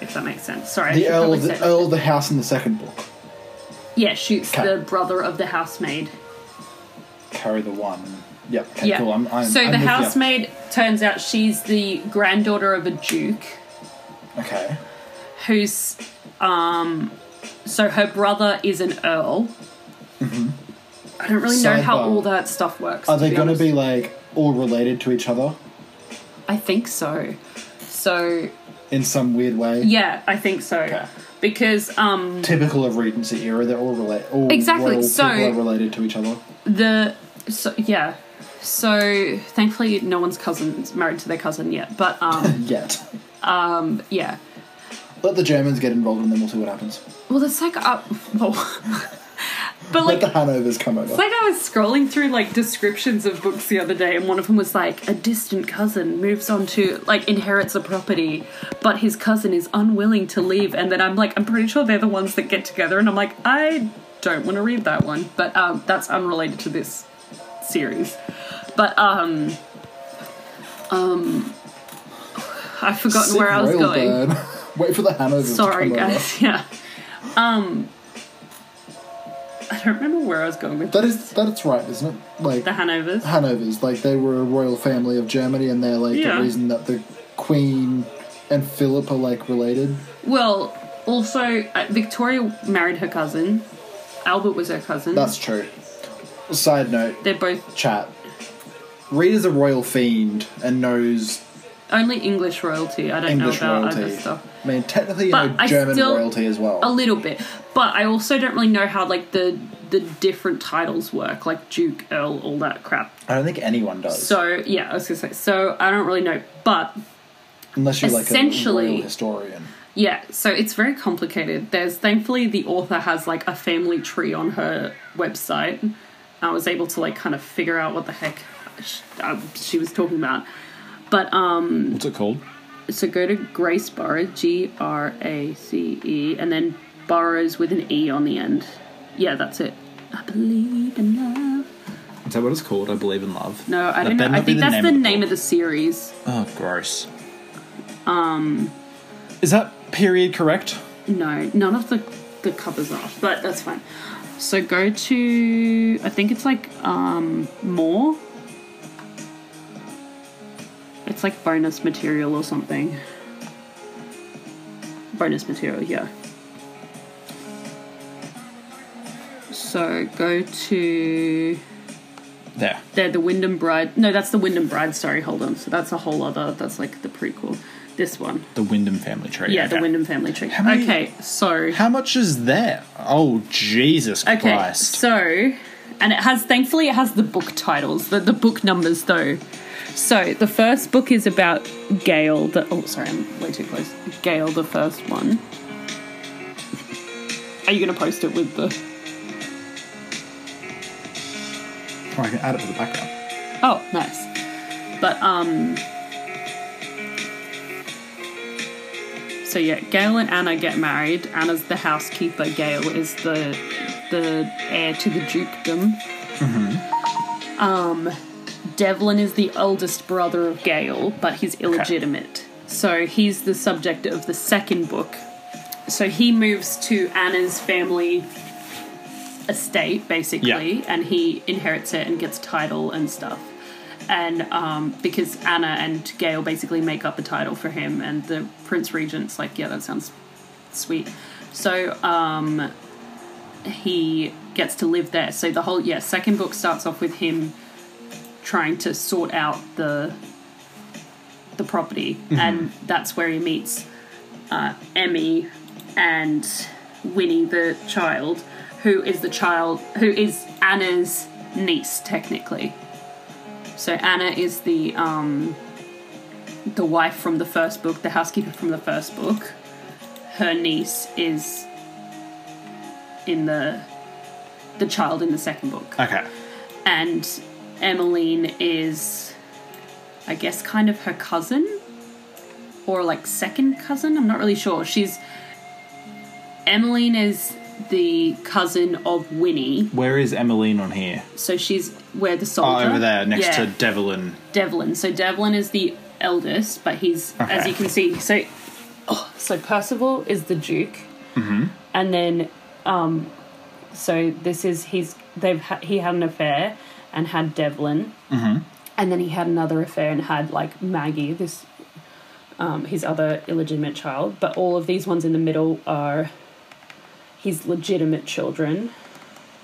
if that makes sense. Sorry. I The should Earl, probably of say the that. Earl, of the house in the second book. Yeah, shoots Okay. the brother of the housemaid. Carry the one. Yep. Okay, yeah. Cool. I'm. I'm so I'm the with ya. housemaid turns out she's the granddaughter of a duke Okay. who's um so her brother is an earl. I don't really know how Sidebar. all that stuff works. Mm-hmm. Are they going to be like all related to each other I think so. So in some weird way? yeah, I think so. Okay. Because um Typical of Regency era, they're all related. All Exactly, royal so- people are related to each other. the so yeah. So thankfully no one's cousin's married to their cousin yet, but um Yet, yeah. let the Germans get involved and then we'll see what happens. Well, it's like up. well, but like, let the Hanovers come over. it's like I was scrolling through like descriptions of books the other day, and one of them was like a distant cousin moves on to like inherits a property, but his cousin is unwilling to leave, and then I'm like, I'm pretty sure they're the ones that get together, and I'm like, I don't want to read that one, but um, that's unrelated to this series, but um, um, I've forgotten Sick where I was royal going. bird. Wait for the Hanovers. Sorry, to come guys. Yeah. Um, I don't remember where I was going with Over. That is that it's right, isn't it? Like the Hanovers. Hanovers, like they were a royal family of Germany, and they're like Yeah. the reason that the Queen and Philip are like related. well, also uh, Victoria married her cousin. Albert was her cousin. That's true. Side note, They're both chat. Reed is a royal fiend and knows only English royalty. I don't English know about royalty. Oh, other stuff. I mean, technically, you But know I German still- royalty as well. A little bit, but I also don't really know how like the the different titles work, like Duke, Earl, all that crap. I don't think anyone does, So yeah, I was gonna say. So I don't really know, but unless you're like a essentially- royal historian. Yeah, so it's very complicated. There's thankfully the author has like a family tree on her website. I was able to like kind of figure out what the heck she, uh, she was talking about. But um What's it called? so go to Grace Burrow, G R A C E, and then Burrows with an E on the end. Yeah, that's it. I believe in love. Is that what it's called? I believe in love. No, I That don't know. better I not be think that's the name of the book. series. Oh, gross. Um. Is that period correct? No, none of the the covers are, but that's fine. So go to I think it's like um more. It's like bonus material or something. Bonus material, yeah. So go to There. they're the Wyndham Bride. No, that's the Wyndham Bride. Sorry, hold on. So that's a whole other. That's like the prequel. This one, The Wyndham family tree. yeah, the okay. Wyndham family tree. How many- okay, so How much is that? Oh, Jesus Okay, Christ. so, and it has, thankfully, it has the book titles, the, the book numbers though. So, the first book is about Gail, the, oh, sorry, I'm way too close. Gail, the first one. Are you going to post it with the, Oh, I can add it to the background. oh, nice. But, um, so yeah, Gail and Anna get married. Anna's the housekeeper, Gail is the, the heir to the dukedom. Um, Devlin is the eldest brother of Gale, but he's illegitimate. So he's the subject of the second book. So he moves to Anna's family estate, basically, Yeah. and he inherits it and gets title and stuff. And um, because Anna and Gale basically make up a title for him, and the Prince Regent's like, yeah, that sounds sweet. So um, he gets to live there. So the whole, yeah, second book starts off with him trying to sort out the the property, and that's where he meets uh, Emmy and Winnie the child, who is the child who is Anna's niece technically. So Anna is the um, the wife from the first book, the housekeeper from the first book. Her niece is in the the child in the second book Okay. and Emmeline is, I guess, kind of her cousin or like second cousin. I'm not really sure. She's Emmeline is the cousin of Winnie, Where is Emmeline on here? so she's where the Oh, soldier over there, next Yeah. to Devlin. Devlin. So Devlin is the eldest, but he's as Okay. you can see. So, oh, so Percival is the duke, and then, um, so this is he's they've ha- he had an affair and had Devlin, and then he had another affair and had like Maggie, this um, his other illegitimate child. But all of these ones in the middle are his legitimate children.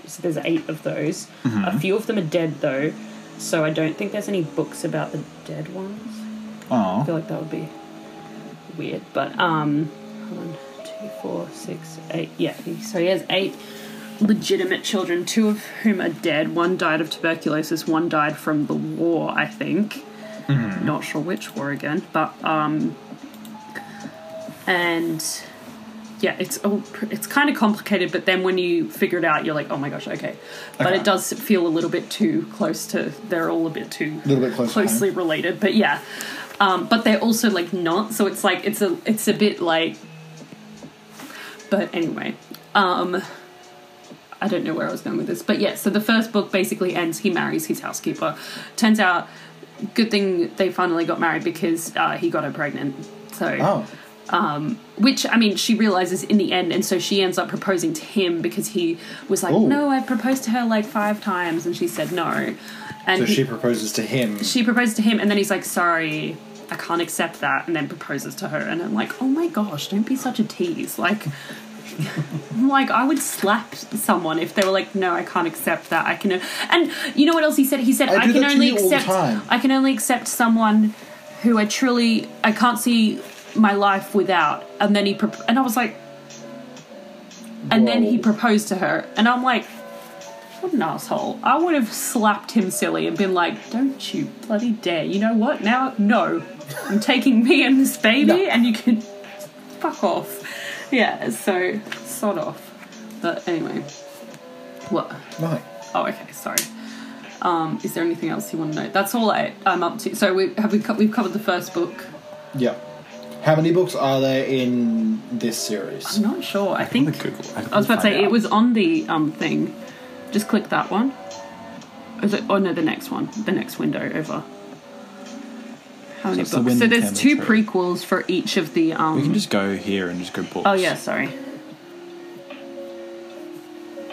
So there's eight of those. A few of them are dead though, so I don't think there's any books about the dead ones. I Oh. feel like that would be weird, but um, one, two, four, six, eight. Yeah, he- so he has eight legitimate children, two of whom are dead. One died of tuberculosis. One died from the war, I think. Mm-hmm. Not sure which war again, but um, and yeah, it's oh, it's kind of complicated. But then when you figure it out, you're like, oh my gosh, okay. But Okay. it does feel a little bit too close to. They're all a bit too little bit close to closely related, but yeah. Um, but they're also like not, so it's like it's a it's a bit like. But anyway, um, I don't know where I was going with this, but yeah. So the first book basically ends. He marries his housekeeper. Turns out, good thing they finally got married because uh, he got her pregnant. So Oh. which I mean, she realizes in the end, and so she ends up proposing to him because he was like, Ooh. "No, I proposed to her like five times," and she said no. And So he- she proposes to him. she proposed to him, and then he's like, "Sorry, I can't accept that," and then proposes to her, and I'm like, "Oh my gosh, don't be such a tease!" Like, I'm like I would slap someone if they were like, "No, I can't accept that." I can, and you know what else he said? He said, I "I, do can that to only you all the accept, time." I can only accept someone who I truly, I can't see my life without." And then he, prop- and I was like, and then he proposed to her, and I'm like. What an asshole. I would have slapped him silly and been like, don't you bloody dare. You know what? Now, no. I'm taking me and this baby, and you can fuck off. Yeah, so sod off. But anyway. What? Right. Oh, okay, sorry. Um, is there anything else you want to know? That's all I, I'm up to. So we have we co- we've covered the first book. Yeah. How many books are there in this series? I'm not sure. I think Google. I was about to say find it out. was on the um thing. Just click that one. Is it? Oh no, the next one, the next window over. How many it's the books? wind So and there's two temperature. prequels for each of the um. We can just go here and just go books. Oh yeah, sorry.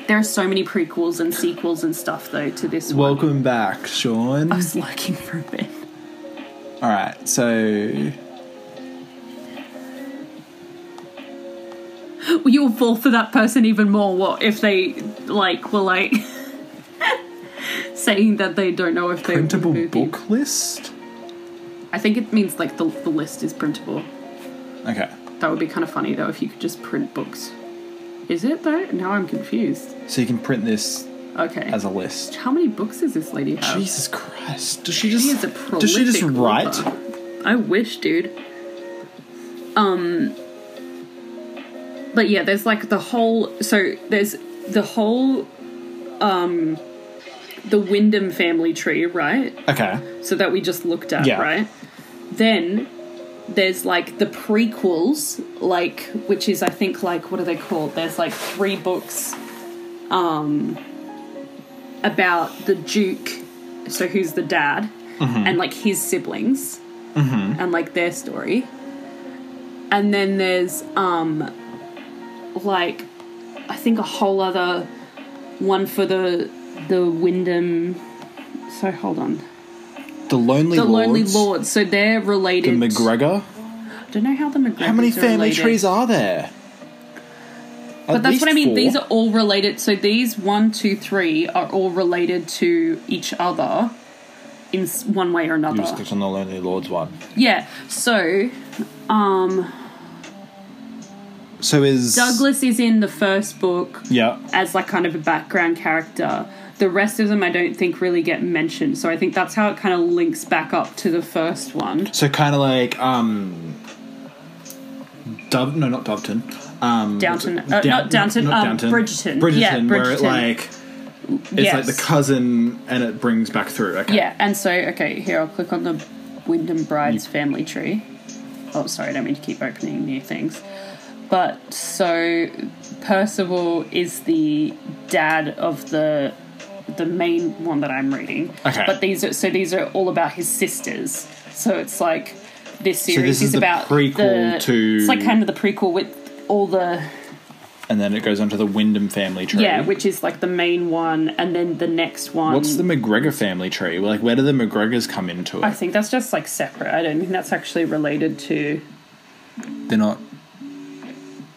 There are so many prequels and sequels and stuff though to this one. Welcome back, Sean. I was lurking for a bit. All right, so Well, You'll fall for that person even more. What if they like were like saying that they don't know if they printable approve you? book list. I think it means like the the list is printable. Okay, That would be kind of funny though if you could just print books. Is it though? Now I'm confused. so you can print this Okay. as a list. How many books does this lady have? Jesus Christ! Does she just? She is a prolific does she just write? author. I wish, dude. Um But yeah, there's like the whole so there's the whole um the Wyndham family tree, right? Okay. So that we just looked at, Yeah. right? Then there's like the prequels, like which is I think like what are they called? There's like three books um about the Duke, so who's the dad, and like his siblings and like their story. And then there's um like I think a whole other one for the the Wyndham so hold on. The Lonely The Lonely Lords, Lords, so they're The related. McGregor. I don't know how the McGregor. How many family trees are there? But that's what I mean. These are all related. So these one, two, three are all related to each other in s- one way or You another. just clicked on the Lonely Lords one. Yeah. So um, So is Douglas is in the first book Yeah. as like kind of a background character. The rest of them I don't think really get mentioned. So I think that's how it kind of links back up to the first one. So kind of like um, Dove? No, not Doveton. Um, Downton, what's it- uh, Down- not Downton, not um, Downton. Bridgerton. Bridgerton, Yeah, where it Bridgerton. like it's like the Yes. cousin, and it brings back through. Okay. Yeah, and so okay, here I'll click on the Wyndham Bride's family tree. Oh, sorry, I don't mean to keep opening new things. But so Percival is the dad of the the main one that I'm reading. Okay. But these are so these are all about his sisters. So it's like this series this is the about prequel the- to- It's like kind of the prequel with all the And then it goes on to the Wyndham family tree. yeah, which is like the main one, and then the next one. What's the McGregor family tree? Like, where do the McGregors come into it? I think that's just like separate. I don't think that's actually related to They're not.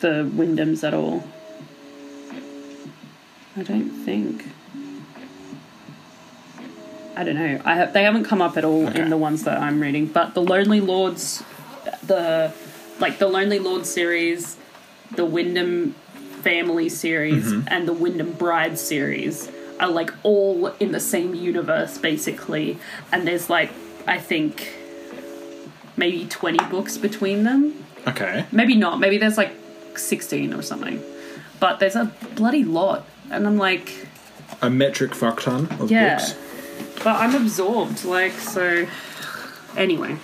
the Wyndhams at all. I don't think. I don't know. I ha- they haven't come up at all Okay. in the ones that I'm reading. But the Lonely Lords, the like the Lonely Lords series, the Wyndham family series, and the Wyndham Bride series are like all in the same universe basically. And there's like I think maybe twenty books between them Okay. maybe not maybe there's like 16 or something but there's a bloody lot and i'm like A metric fuck ton of yeah books. but i'm absorbed like so anyway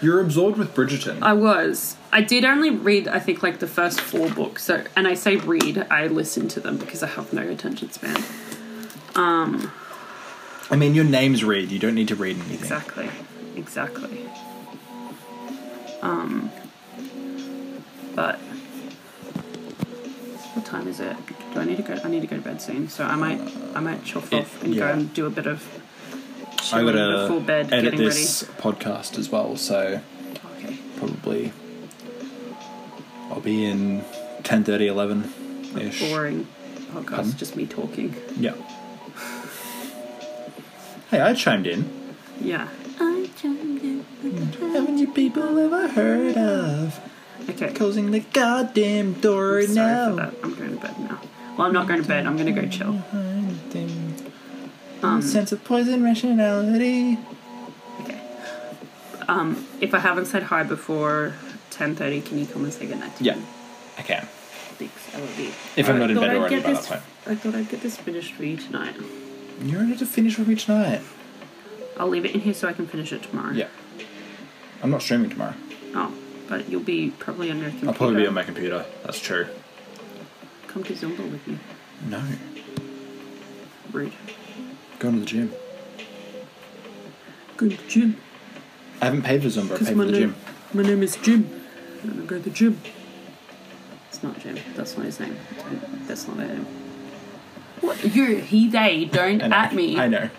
You're absorbed with Bridgerton. i was i did only read i think like the first four books so and i say read i listen to them because i have no attention span I mean, your name's Reed. You don't need to read anything. Exactly. Exactly. Um, but what time is it? Do I need to go? I need to go to bed soon, so I might I might chuff It- off and yeah. go and do a bit of I chilling gotta before bed, edit getting this podcast as well, so ready. Okay. probably I'll be in 10, 11 ish. Boring podcast, Pardon? just me talking. Yeah. Hey, I chimed in. Yeah. Haven't you people ever heard of Okay. closing the goddamn door Sorry for that. I'm going to bed now. Well, I'm not going to bed. I'm going to go chill. Um. Sense of poison rationality. Okay. Um, if I haven't said hi before 10:30, can you come and say goodnight? to Yeah, me? I can. Thanks, LOD. If I'm I not in thought bed I'd already get by this- that I thought I'd get this finished for you tonight. You're ready to finish with me tonight. I'll leave it in here so I can finish it tomorrow. Yeah. I'm not streaming tomorrow. Oh, but you'll be probably on your computer. I'll probably be on my computer. That's true. Come to Zumba with me. No. Rude. Going to the gym. Go to the gym. I haven't paid for Zumba. I paid Because for my, the name, gym. my name is Jim. And I go to the gym. It's not Jim. That's not his name. That's not him. What? You, he, they, don't I know. at me. I know.